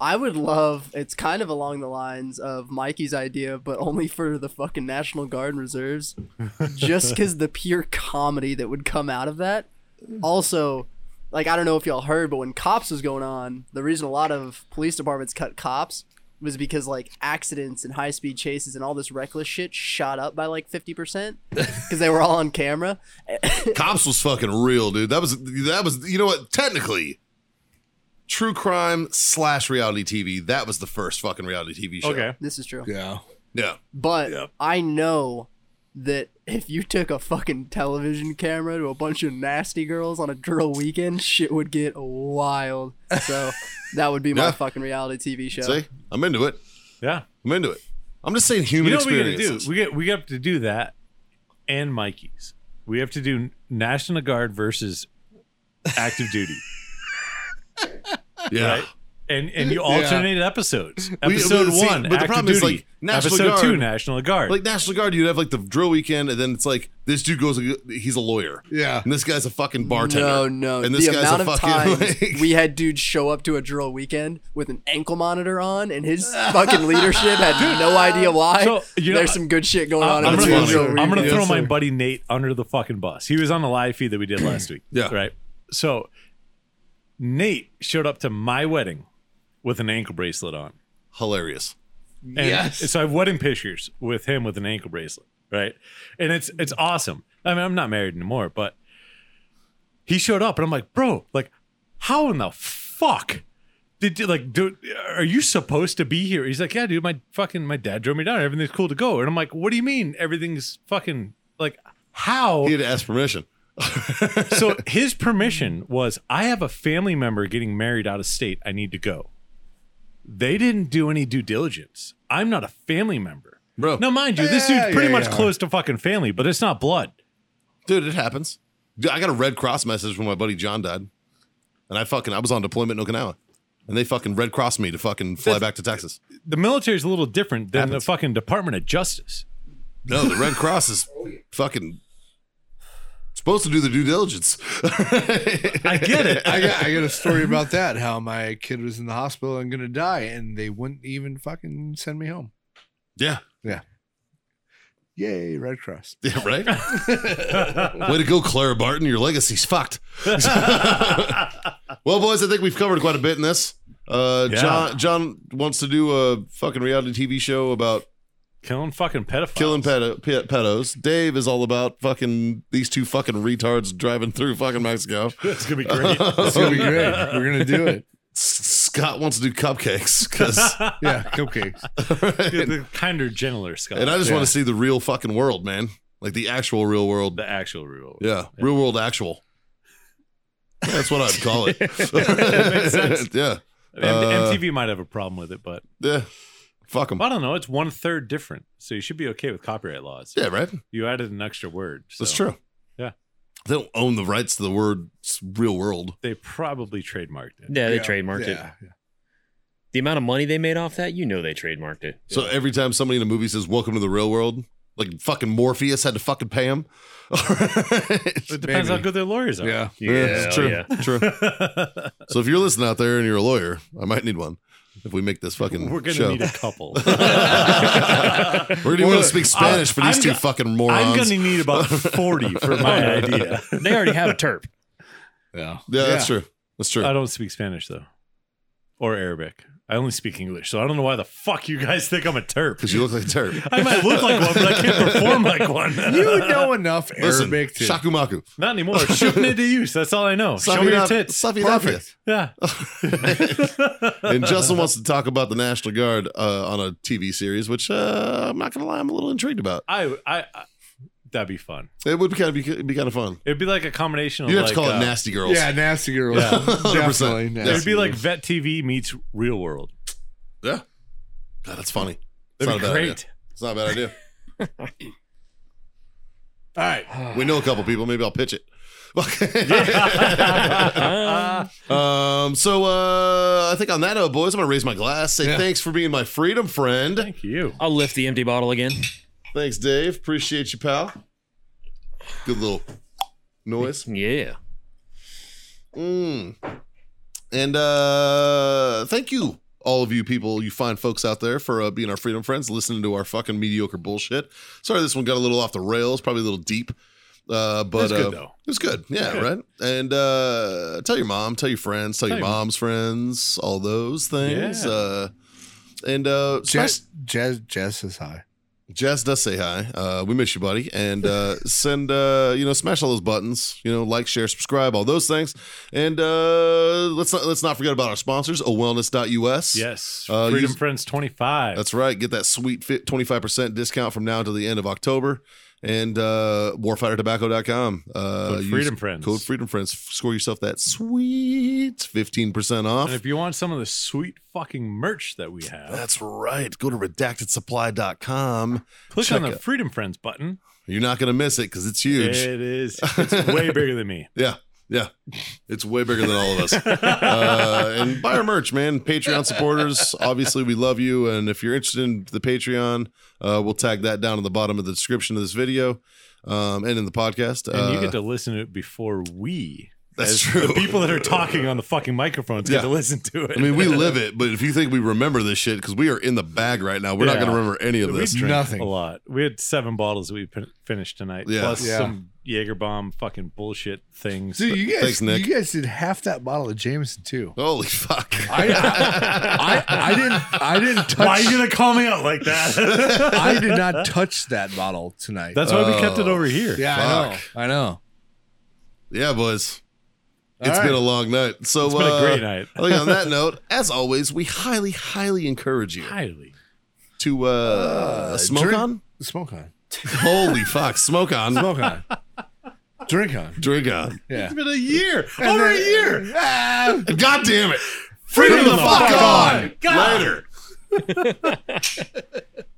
Speaker 6: I would love. It's kind of along the lines of Mikey's idea, but only for the fucking National Guard and reserves, just because the pure comedy that would come out of that. Also, like I don't know if y'all heard, but when cops was going on, the reason a lot of police departments cut cops was because like accidents and high speed chases and all this reckless shit shot up by like fifty percent because they were all on camera.
Speaker 1: Cops was fucking real, dude. That was that was you know what? Technically, true crime slash reality TV. That was the first fucking reality TV show.
Speaker 3: Okay.
Speaker 6: This is true.
Speaker 4: Yeah.
Speaker 1: Yeah.
Speaker 6: But I know that if you took a fucking television camera to a bunch of nasty girls on a drill weekend, shit would get wild.
Speaker 1: <laughs>
Speaker 6: So that would be my
Speaker 1: Yeah.
Speaker 6: fucking reality TV show.
Speaker 1: See, I'm into it.
Speaker 3: Yeah.
Speaker 1: I'm into it. I'm just saying
Speaker 3: You
Speaker 1: human
Speaker 3: know what we're going to
Speaker 1: experiences.
Speaker 3: do? We get we have to do that and Mikey's. We have to do National Guard versus active
Speaker 1: <laughs>
Speaker 3: duty.
Speaker 1: yeah.
Speaker 3: Right? And and you alternate episodes.
Speaker 1: We-
Speaker 3: Episode
Speaker 1: see,
Speaker 3: one,
Speaker 1: but the
Speaker 3: active
Speaker 1: problem is,
Speaker 3: duty.
Speaker 1: like, National
Speaker 3: Episode
Speaker 1: Guard-
Speaker 3: two, National Guard.
Speaker 1: Like National Guard, you'd have like the drill weekend, and then it's like this dude goes, he's a lawyer.
Speaker 4: Yeah.
Speaker 1: And this guy's a fucking bartender.
Speaker 6: No, no.
Speaker 1: And this
Speaker 6: the
Speaker 1: guy's
Speaker 6: amount
Speaker 1: a
Speaker 6: of
Speaker 1: fucking. <laughs>
Speaker 6: times
Speaker 1: like-
Speaker 6: we had dudes show up to a drill weekend with an ankle monitor on, and his
Speaker 1: <laughs>
Speaker 6: fucking leadership had no idea why.
Speaker 3: So, you know,
Speaker 6: There's some good shit going on.
Speaker 3: Uh, I'm
Speaker 6: in the
Speaker 1: gonna-
Speaker 6: drill
Speaker 1: I'm gonna-
Speaker 6: weekend.
Speaker 3: I'm gonna
Speaker 4: Yes,
Speaker 3: throw
Speaker 4: sir.
Speaker 3: my buddy Nate under the fucking bus. He was on the live feed that we did last week.
Speaker 1: <clears throat> Yeah.
Speaker 3: Right. So Nate showed up to my wedding with an ankle bracelet on.
Speaker 1: hilarious.
Speaker 3: And So I have wedding pictures with him with an ankle bracelet, right? And it's it's awesome. I mean, I'm not married anymore, but he showed up, and I'm like, bro, like, how in the fuck did you like, dude? Are you supposed to be here? He's like, yeah, dude. My fucking my dad drove me down. Everything's cool to go. And I'm like, what do you mean everything's fucking like? How?
Speaker 1: He had to ask permission.
Speaker 3: so his permission was I have a family member getting married out of state. I need to go. They didn't do any due diligence. I'm not a family member. <laughs>
Speaker 1: Bro.
Speaker 3: Now, mind you, this dude's
Speaker 4: Yeah,
Speaker 3: pretty
Speaker 4: yeah,
Speaker 3: much
Speaker 4: yeah.
Speaker 3: close to fucking family, but it's not blood.
Speaker 1: Dude, it happens. Dude, I got a Red Cross message when my buddy John died. And I fucking, I was on deployment in Okinawa. And they fucking Red Cross me to fucking fly back to Texas.
Speaker 3: The military's a little different than the fucking Department of Justice.
Speaker 1: No, the Red Cross is fucking supposed to do the due diligence. <laughs>
Speaker 3: I get it.
Speaker 4: I got, I got a story about that. How my kid was in the hospital and gonna die, and they wouldn't even fucking send me home.
Speaker 1: yeah.
Speaker 4: Yay, Red Cross.
Speaker 1: Yeah,
Speaker 3: <laughs>
Speaker 1: right? Way to go, Clara Barton. Your legacy's fucked. <laughs> well, boys, I think we've covered quite a bit in this. Uh,
Speaker 3: Yeah.
Speaker 1: John John wants to do a fucking reality TV show about
Speaker 3: Killing fucking pedophiles. <laughs>
Speaker 1: killing pedo, pe- pedos. Dave is all about fucking these two fucking retards driving through fucking Mexico.
Speaker 3: It's gonna be great.
Speaker 4: It's <laughs> gonna be great. We're gonna do it.
Speaker 1: S- Scott wants to do cupcakes
Speaker 3: <laughs>
Speaker 1: because.
Speaker 4: Yeah, cupcakes.
Speaker 3: the kinder, gentler Scott.
Speaker 1: and I just want
Speaker 4: Yeah.
Speaker 1: to see the real fucking world, man. Like the actual real world.
Speaker 3: the actual rule.
Speaker 1: Yeah, real world actual. That's what I'd call
Speaker 3: <laughs>
Speaker 1: it. <laughs> yeah,
Speaker 3: M-
Speaker 1: Uh,
Speaker 3: MTV might have a problem with it, but
Speaker 1: yeah. Fuck them.
Speaker 3: I don't know. It's one third different, so you should be okay with copyright laws.
Speaker 1: Yeah, right.
Speaker 3: You added an extra word. So.
Speaker 1: That's true.
Speaker 3: Yeah.
Speaker 1: They don't own the rights to the word s- real world.
Speaker 3: They probably trademarked it.
Speaker 5: Yeah, they
Speaker 4: Yeah,
Speaker 5: trademarked it.
Speaker 4: yeah, yeah.
Speaker 5: The amount of money they made off that, you know they trademarked it.
Speaker 1: So every time somebody in a movie says "Welcome to the real world," Like fucking Morpheus had to fucking pay him. <laughs>
Speaker 3: It depends
Speaker 4: Maybe.
Speaker 3: how good their lawyers are.
Speaker 4: Yeah.
Speaker 1: it's true.
Speaker 3: <laughs>
Speaker 1: True. so if you're listening out there and you're a lawyer, I might need one if we make this fucking
Speaker 3: We're gonna
Speaker 1: show.
Speaker 3: need a couple.
Speaker 1: <laughs> We're gonna be able to speak Spanish for these
Speaker 3: I'm
Speaker 1: 2
Speaker 3: go-
Speaker 1: fucking morons.
Speaker 3: I'm gonna need about forty for
Speaker 5: <laughs>
Speaker 3: my <laughs> idea.
Speaker 5: They already have a terp.
Speaker 4: Yeah.
Speaker 1: yeah, that's true. That's true.
Speaker 3: <laughs> I don't speak Spanish though, or Arabic. I only speak English, so I don't know why the fuck you guys think I'm
Speaker 1: <laughs>
Speaker 3: a terp.
Speaker 1: Because you look like a
Speaker 3: <laughs>
Speaker 1: turd.
Speaker 3: I might look like one, but I can't perform like one.
Speaker 1: <laughs>
Speaker 4: You know <laughs> enough
Speaker 1: Listen,
Speaker 4: Arabic to
Speaker 1: shakumaku.
Speaker 3: <laughs> Not anymore. Shooting it to use. That's all I know. Show me your
Speaker 1: Sabina-
Speaker 3: tits.
Speaker 1: Sabina-
Speaker 4: Perfect.
Speaker 3: Yeah.
Speaker 1: and
Speaker 3: <laughs>
Speaker 1: Justin wants to talk about the National Guard uh, on a TV series, which uh, I'm not gonna lie, I'm a little intrigued about.
Speaker 3: I, I, I that'd be fun.
Speaker 1: It would be kind of be, it'd be kind of fun.
Speaker 3: It'd be like a combination of
Speaker 1: You'd have
Speaker 3: like,
Speaker 1: to call
Speaker 3: uh,
Speaker 1: it Nasty Girls.
Speaker 4: Yeah, nasty girl.
Speaker 3: Yeah.
Speaker 1: 100%.
Speaker 4: <laughs> Definitely
Speaker 1: Yeah.
Speaker 3: It
Speaker 4: nasty.
Speaker 3: would be like Vet TV meets Real World.
Speaker 1: Yeah. God, that's funny. It's not a
Speaker 3: That'd be
Speaker 1: bad idea.
Speaker 3: great.
Speaker 1: It's not a bad
Speaker 3: <sighs>
Speaker 1: idea.
Speaker 4: All right.
Speaker 1: We know a couple people. Maybe I'll pitch it. <laughs> um, so uh, I think on that note, boys, I'm gonna raise my glass. Say thanks for being my freedom friend.
Speaker 3: Thank you.
Speaker 5: I'll lift the empty bottle again.
Speaker 1: Thanks, Dave. Appreciate you, pal. Good little noise.
Speaker 5: Yeah.
Speaker 1: Mm. And uh, thank you, all of you people, you fine folks out there, for uh, being our freedom friends, listening to our fucking mediocre bullshit. Sorry, this one got a little off the rails, probably a little deep. Uh, but
Speaker 3: That's good
Speaker 1: uh,
Speaker 3: though.
Speaker 1: It was good. Yeah, right. And uh, tell your mom, tell your friends, tell, your
Speaker 3: Tell your-
Speaker 1: mom's friends, all those things.
Speaker 3: Yeah.
Speaker 1: Uh, and uh, smash-
Speaker 4: Jazz, jazz, jazz is high.
Speaker 1: Jazz does say hi. Uh, we miss you, buddy. And uh, send, uh, you know, smash all those buttons. You know, like, share, subscribe, all those things. And uh, let's not let's not forget about our sponsors, awellness.us.
Speaker 3: Yes.
Speaker 1: Uh,
Speaker 3: Freedom
Speaker 1: use-
Speaker 3: Friends 25.
Speaker 1: That's right. Get that sweet fit 25% discount from now until the end of October. And uh, warfightertobacco.com. Uh,
Speaker 3: Code
Speaker 1: use
Speaker 3: Freedom Friends.
Speaker 1: Code Freedom Friends. Score yourself that sweet 15% off.
Speaker 3: and if you want some of the sweet fucking merch that we have,
Speaker 1: That's right. Go to redactedsupply.com.
Speaker 3: click
Speaker 1: check
Speaker 3: on the
Speaker 1: it.
Speaker 3: Freedom Friends button.
Speaker 1: You're not going to miss it because it's huge.
Speaker 3: It is. It's
Speaker 1: <laughs>
Speaker 3: way bigger than me.
Speaker 1: Yeah. Yeah. It's way bigger than all of
Speaker 3: <laughs>
Speaker 1: us. uh, and buy our merch, man. Patreon supporters, obviously, we love you. And if you're interested in the Patreon, uh, we'll tag that down in the bottom of the description of this video um, and in the podcast.
Speaker 3: And you
Speaker 1: Uh,
Speaker 3: get to listen to it before we.
Speaker 1: That's
Speaker 3: as
Speaker 1: true.
Speaker 3: The people that are talking on the fucking microphones
Speaker 1: Yeah.
Speaker 3: get to listen to it.
Speaker 1: I
Speaker 3: <laughs>
Speaker 1: mean, we live it, but if you think we remember this shit, because we are in the bag right now, we're not
Speaker 3: Yeah.
Speaker 1: going to remember any of
Speaker 3: we
Speaker 1: this.
Speaker 3: drank
Speaker 4: Nothing.
Speaker 3: a lot. We had seven bottles that we pin- finished tonight,
Speaker 1: Yeah.
Speaker 3: plus
Speaker 4: Yeah.
Speaker 3: some Jaeger bomb fucking bullshit things.
Speaker 4: Dude, you guys,
Speaker 1: Thanks, Nick.
Speaker 4: you guys did half that bottle of Jameson too.
Speaker 1: Holy fuck.
Speaker 4: <laughs> I, I, I didn't, I didn't touch.
Speaker 3: Why are you gonna call me out
Speaker 1: <laughs>
Speaker 3: like that?
Speaker 4: I did not touch that bottle tonight. Uh,
Speaker 3: That's why we kept
Speaker 1: Uh,
Speaker 3: it over here.
Speaker 4: yeah,
Speaker 1: fuck.
Speaker 4: I know. I know.
Speaker 1: Yeah, boys.
Speaker 4: All
Speaker 1: It's
Speaker 4: right.
Speaker 1: been a long night. So
Speaker 3: It's been a
Speaker 1: uh,
Speaker 3: great night.
Speaker 1: I think on
Speaker 3: <laughs>
Speaker 1: that note, as always, we highly, highly encourage you
Speaker 3: Highly.
Speaker 1: to uh, smoke
Speaker 4: drink-
Speaker 1: on.
Speaker 4: Smoke on.
Speaker 1: <laughs> Holy fuck, smoke on,
Speaker 4: Smoke on. Drink on.
Speaker 1: drink on.
Speaker 4: Yeah.
Speaker 3: been a year. Over a year.
Speaker 4: Ah,
Speaker 1: God damn it. Freedom, the, fuck, on. Later.